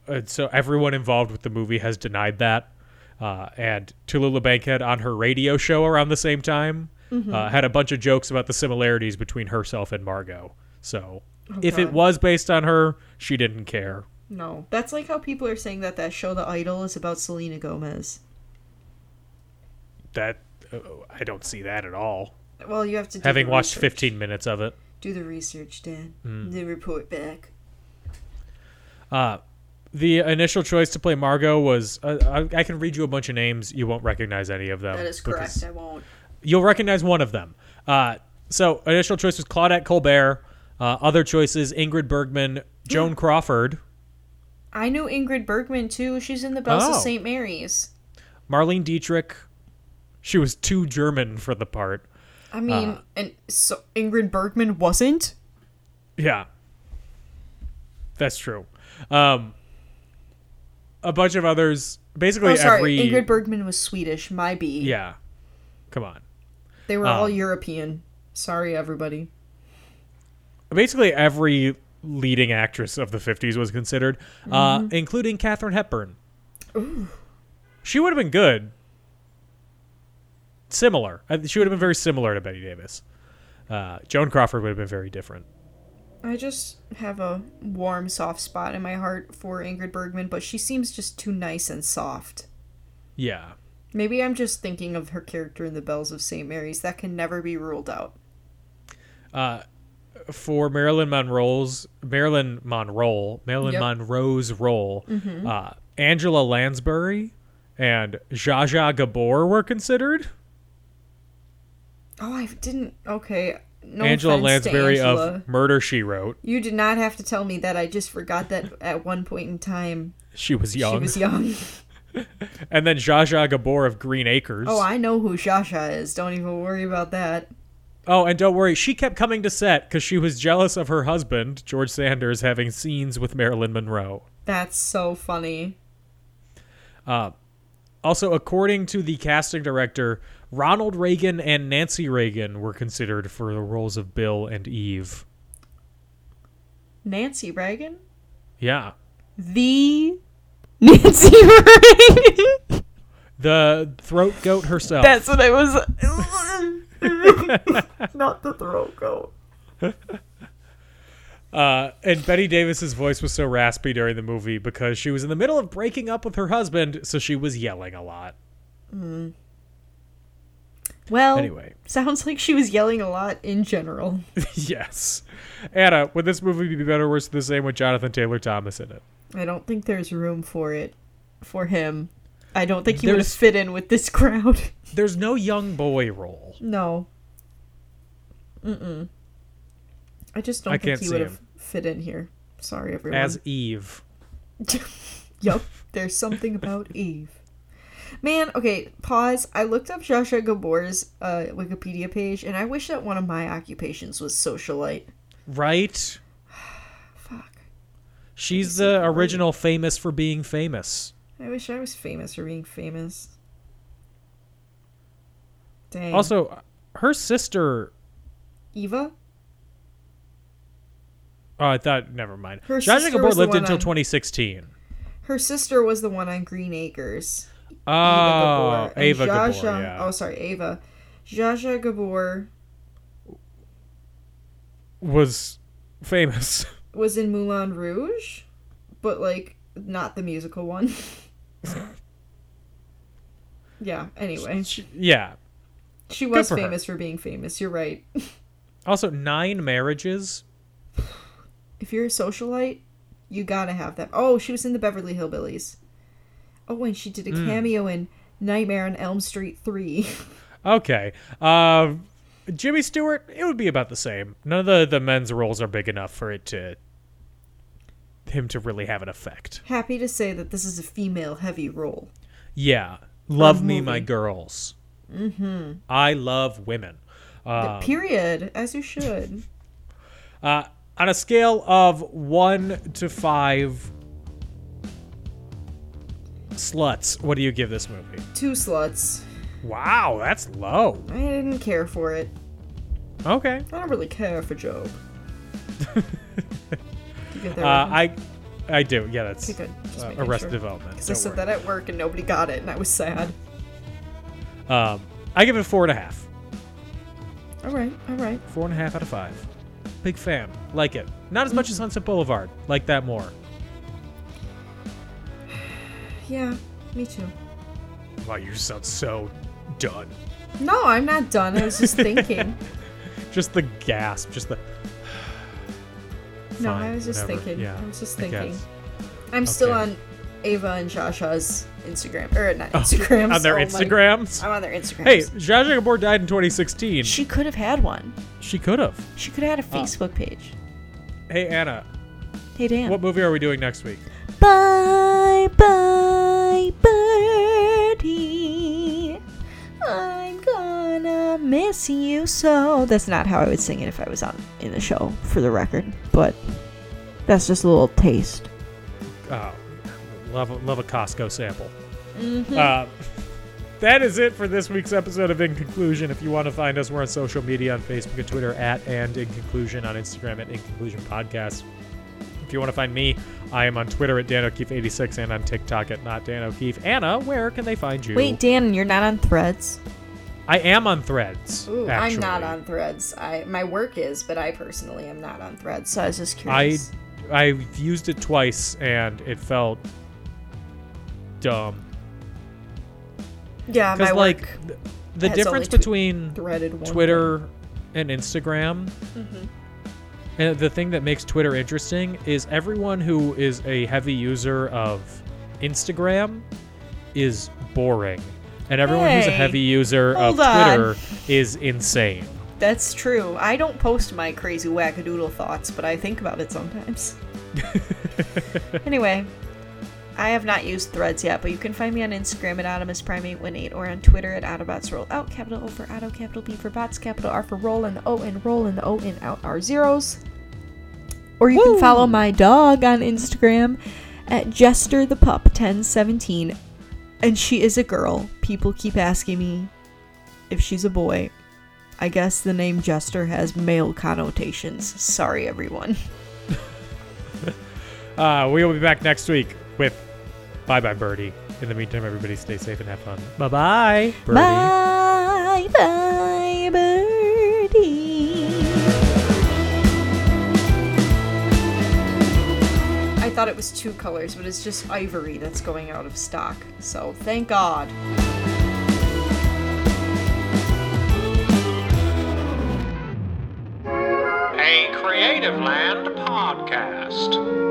[SPEAKER 1] uh, so everyone involved with the movie has denied that. Uh, and Tallulah Bankhead on her radio show around the same time
[SPEAKER 2] Mm-hmm.
[SPEAKER 1] uh, had a bunch of jokes about the similarities between herself and Margot. So if it
[SPEAKER 2] Oh, God.
[SPEAKER 1] was based on her, she didn't care.
[SPEAKER 2] No. That's like how people are saying that that show The Idol is about Selena Gomez.
[SPEAKER 1] That uh, I don't see that at all.
[SPEAKER 2] Well, you have to do
[SPEAKER 1] Having
[SPEAKER 2] the
[SPEAKER 1] watched Hmm.
[SPEAKER 2] research.
[SPEAKER 1] 15 minutes of it.
[SPEAKER 2] Do the research, Dad. Then report back.
[SPEAKER 1] The initial choice to play Margot was uh, I, I can read you a bunch of names. You won't recognize any of them.
[SPEAKER 2] That is correct.
[SPEAKER 1] because-
[SPEAKER 2] I won't.
[SPEAKER 1] you'll recognize one of them. Uh, so initial choice was Claudette Colbert. Uh, other choices: Ingrid Bergman,
[SPEAKER 2] Hmm.
[SPEAKER 1] Joan Crawford,
[SPEAKER 2] I knew Ingrid Bergman too. She's in the Bells of
[SPEAKER 1] Oh.
[SPEAKER 2] St. Mary's.
[SPEAKER 1] Marlene Dietrich. She was too German for the part.
[SPEAKER 2] I mean,
[SPEAKER 1] Ah.
[SPEAKER 2] and so Ingrid Bergman wasn't.
[SPEAKER 1] Yeah, that's true. Um, a bunch of others. Basically,
[SPEAKER 2] Oh, sorry.
[SPEAKER 1] every
[SPEAKER 2] Ingrid Bergman was Swedish. My B.
[SPEAKER 1] yeah. Ah. Come on.
[SPEAKER 2] They were all European. Sorry, everybody.
[SPEAKER 1] Basically, every leading actress of the '50s was considered, uh,
[SPEAKER 2] Mm-hmm.
[SPEAKER 1] including Katharine Hepburn. She would have been good. Similar. I- She would have been very similar to Betty Davis. Uh, Joan Crawford would have been very different.
[SPEAKER 2] I just have a warm, soft spot in my heart for Ingrid Bergman, but she seems just too nice and soft.
[SPEAKER 1] Yeah.
[SPEAKER 2] Maybe I'm just thinking of her character in The Bells of St. Mary's. That can never be ruled out.
[SPEAKER 1] for Marilyn Monroe's Marilyn Monroe Marilyn
[SPEAKER 2] Yep. Mm-hmm.
[SPEAKER 1] Monroe's role, uh, Angela Lansbury and Zsa Zsa Gabor were considered.
[SPEAKER 2] Oh, I didn't. Okay. No
[SPEAKER 1] Angela
[SPEAKER 2] offense to
[SPEAKER 1] Lansbury
[SPEAKER 2] Angela.
[SPEAKER 1] of Murder She Wrote.
[SPEAKER 2] You did not have to tell me that. I just forgot that at one point in time
[SPEAKER 1] She was young,
[SPEAKER 2] she was young.
[SPEAKER 1] and then Zsa Zsa Gabor of Green Acres.
[SPEAKER 2] Oh, I know who Shasha is. Don't even worry about that.
[SPEAKER 1] Oh, and don't worry, she kept coming to set because she was jealous of her husband George Sanders having scenes with Marilyn Monroe.
[SPEAKER 2] That's so funny.
[SPEAKER 1] Also, according to the casting director, Ronald Reagan and Nancy Reagan were considered for the roles of Bill and Eve.
[SPEAKER 2] Nancy Reagan?
[SPEAKER 1] Yeah.
[SPEAKER 2] The Nancy Reagan.
[SPEAKER 1] The throat goat herself.
[SPEAKER 2] That's what I was. Not the throat goat.
[SPEAKER 1] Uh, and Betty Davis's voice was so raspy during the movie because she was in the middle of breaking up with her husband, so she was yelling a lot.
[SPEAKER 2] Well,
[SPEAKER 1] Anyway.
[SPEAKER 2] sounds like she was yelling a lot in general.
[SPEAKER 1] yes. Anna, would this movie be better or worse than the same with Jonathan Taylor Thomas in it?
[SPEAKER 2] I don't think there's room for it for him. I don't think he would have
[SPEAKER 1] There's-
[SPEAKER 2] fit in with this crowd.
[SPEAKER 1] There's no young boy role.
[SPEAKER 2] No. Mm-mm. I just don't
[SPEAKER 1] I
[SPEAKER 2] think
[SPEAKER 1] can't
[SPEAKER 2] he
[SPEAKER 1] see
[SPEAKER 2] would have
[SPEAKER 1] him.
[SPEAKER 2] fit in here. Sorry, everyone.
[SPEAKER 1] As Eve.
[SPEAKER 2] Yup, there's something about Eve. Man, okay, pause. I looked up Shasha Gabor's uh, Wikipedia page, and I wish that one of my occupations was socialite.
[SPEAKER 1] Right?
[SPEAKER 2] Fuck.
[SPEAKER 1] She's the original famous for being famous.
[SPEAKER 2] I wish I was famous for being famous. Dang.
[SPEAKER 1] Also, her sister.
[SPEAKER 2] Eva?
[SPEAKER 1] Oh, I thought. Never mind.
[SPEAKER 2] Her
[SPEAKER 1] Jonathan
[SPEAKER 2] sister
[SPEAKER 1] Gabor
[SPEAKER 2] was the
[SPEAKER 1] lived
[SPEAKER 2] one
[SPEAKER 1] until
[SPEAKER 2] on-
[SPEAKER 1] 2016.
[SPEAKER 2] Her sister was the one on Green Acres.
[SPEAKER 1] Oh,
[SPEAKER 2] and
[SPEAKER 1] Ava Gabor.
[SPEAKER 2] Zsa Zsa-
[SPEAKER 1] yeah.
[SPEAKER 2] Oh, sorry, Ava. Jaja Gabor
[SPEAKER 1] was famous.
[SPEAKER 2] was in Moulin Rouge, but like not the musical one. yeah, anyway.
[SPEAKER 1] yeah.
[SPEAKER 2] She was
[SPEAKER 1] for her.
[SPEAKER 2] famous for being famous. You're right.
[SPEAKER 1] Also, nine marriages.
[SPEAKER 2] If you're a socialite, you gotta have that. Oh, she was in the Beverly Hillbillies. Oh, and she
[SPEAKER 1] Hmm.
[SPEAKER 2] did a cameo in Nightmare on Elm Street 3.
[SPEAKER 1] Okay. Um Jimmy Stewart, it would be about the same. None of the, the men's roles are big enough for it to him to really have an effect.
[SPEAKER 2] Happy to say that this is a female heavy role.
[SPEAKER 1] Yeah. Love me,
[SPEAKER 2] movie.
[SPEAKER 1] my girls. Mm-hmm. I love women. Um.
[SPEAKER 2] Period. As you should.
[SPEAKER 1] Uh, On a scale of one to five sluts, what do you give this movie?
[SPEAKER 2] Two sluts.
[SPEAKER 1] Wow, that's low.
[SPEAKER 2] I didn't care for it.
[SPEAKER 1] Okay.
[SPEAKER 2] I don't really care for Joe. you get that
[SPEAKER 1] Uh, I I do. Yeah, that's
[SPEAKER 2] Okay, good. Just
[SPEAKER 1] uh,
[SPEAKER 2] making
[SPEAKER 1] Arrested
[SPEAKER 2] sure.
[SPEAKER 1] Development.
[SPEAKER 2] Because I
[SPEAKER 1] Don't
[SPEAKER 2] said
[SPEAKER 1] worry.
[SPEAKER 2] that at work and nobody got it, and I was sad.
[SPEAKER 1] Um, I give it four and a half.
[SPEAKER 2] All right, all right.
[SPEAKER 1] Four and a half out of five. Big fan. Like it. Not as much as Sunset Boulevard. Like that more.
[SPEAKER 2] Yeah, me too.
[SPEAKER 1] Wow, you sound so done.
[SPEAKER 2] No, I'm not done. I was just thinking.
[SPEAKER 1] just the gasp, just the.
[SPEAKER 2] No, I
[SPEAKER 1] Fine,
[SPEAKER 2] was just
[SPEAKER 1] whatever.
[SPEAKER 2] thinking.
[SPEAKER 1] Yeah,
[SPEAKER 2] I was just
[SPEAKER 1] I guess.
[SPEAKER 2] thinking. I'm still
[SPEAKER 1] Okay.
[SPEAKER 2] on Ava and Shasha's Instagram or not Instagrams
[SPEAKER 1] on their
[SPEAKER 2] oh my-
[SPEAKER 1] Instagrams.
[SPEAKER 2] I'm on their Instagrams.
[SPEAKER 1] Hey, Zsa Zsa Gabor died in 2016. She,
[SPEAKER 2] she could have had one.
[SPEAKER 1] could have.
[SPEAKER 2] She could have had a
[SPEAKER 1] Oh.
[SPEAKER 2] Facebook page.
[SPEAKER 1] Hey Anna,
[SPEAKER 2] Hey Dan.
[SPEAKER 1] what movie are we doing next week?
[SPEAKER 2] Bye bye birdie. I'm gonna miss you so. That's not how I would sing it if I was on in the show, for the record. But that's just a little taste.
[SPEAKER 1] Oh, love love a Costco sample.
[SPEAKER 2] Mm-hmm.
[SPEAKER 1] Uh, that is it for this week's episode of In Conclusion. If you want to find us, we're on social media on Facebook and Twitter at and In Conclusion on Instagram at In Conclusion Podcast. If you want to find me, I am on Twitter at Dan O'Keefe86 and on TikTok at not Dan O'Keefe. Anna, where can they find you?
[SPEAKER 2] Wait, Dan, you're not on Threads.
[SPEAKER 1] I am on Threads.
[SPEAKER 2] Ooh, I'm not
[SPEAKER 1] actually.
[SPEAKER 2] on Threads. I my work is, but I personally am not on Threads. So I was just
[SPEAKER 1] I
[SPEAKER 2] curious.
[SPEAKER 1] I've used it twice and it felt dumb.
[SPEAKER 2] yeah, my
[SPEAKER 1] Because like
[SPEAKER 2] work
[SPEAKER 1] th- the
[SPEAKER 2] has
[SPEAKER 1] difference
[SPEAKER 2] only tw-
[SPEAKER 1] between
[SPEAKER 2] threaded one. Mm-hmm.
[SPEAKER 1] Twitter and Instagram. And the thing that makes Twitter interesting is everyone who is a heavy user of Instagram is boring, and everyone who's a
[SPEAKER 2] Hey,
[SPEAKER 1] heavy user of
[SPEAKER 2] hold on.
[SPEAKER 1] Twitter is insane.
[SPEAKER 2] That's true. I don't post my crazy wackadoodle thoughts, but I think about it sometimes. anyway, I have not used threads yet, but you can find me on Instagram at AutomusPrime818 or on Twitter at Autobots Roll Out, capital O for Auto, capital B for Bots, capital R for Roll, and the O and Roll and the O and Out are zeros. Or you can follow my dog on Instagram at Jester the Pup 1017, and she is a girl. People keep asking me if she's a boy. I guess the name Jester has male connotations. Sorry, everyone.
[SPEAKER 1] Uh, we will be back next week with Bye Bye Birdie. In the meantime, everybody stay safe and have fun. Bye bye.
[SPEAKER 2] Bye, bye, birdie. I thought it was two colors, but it's just ivory that's going out of stock. So thank God.
[SPEAKER 3] a Creative Land podcast.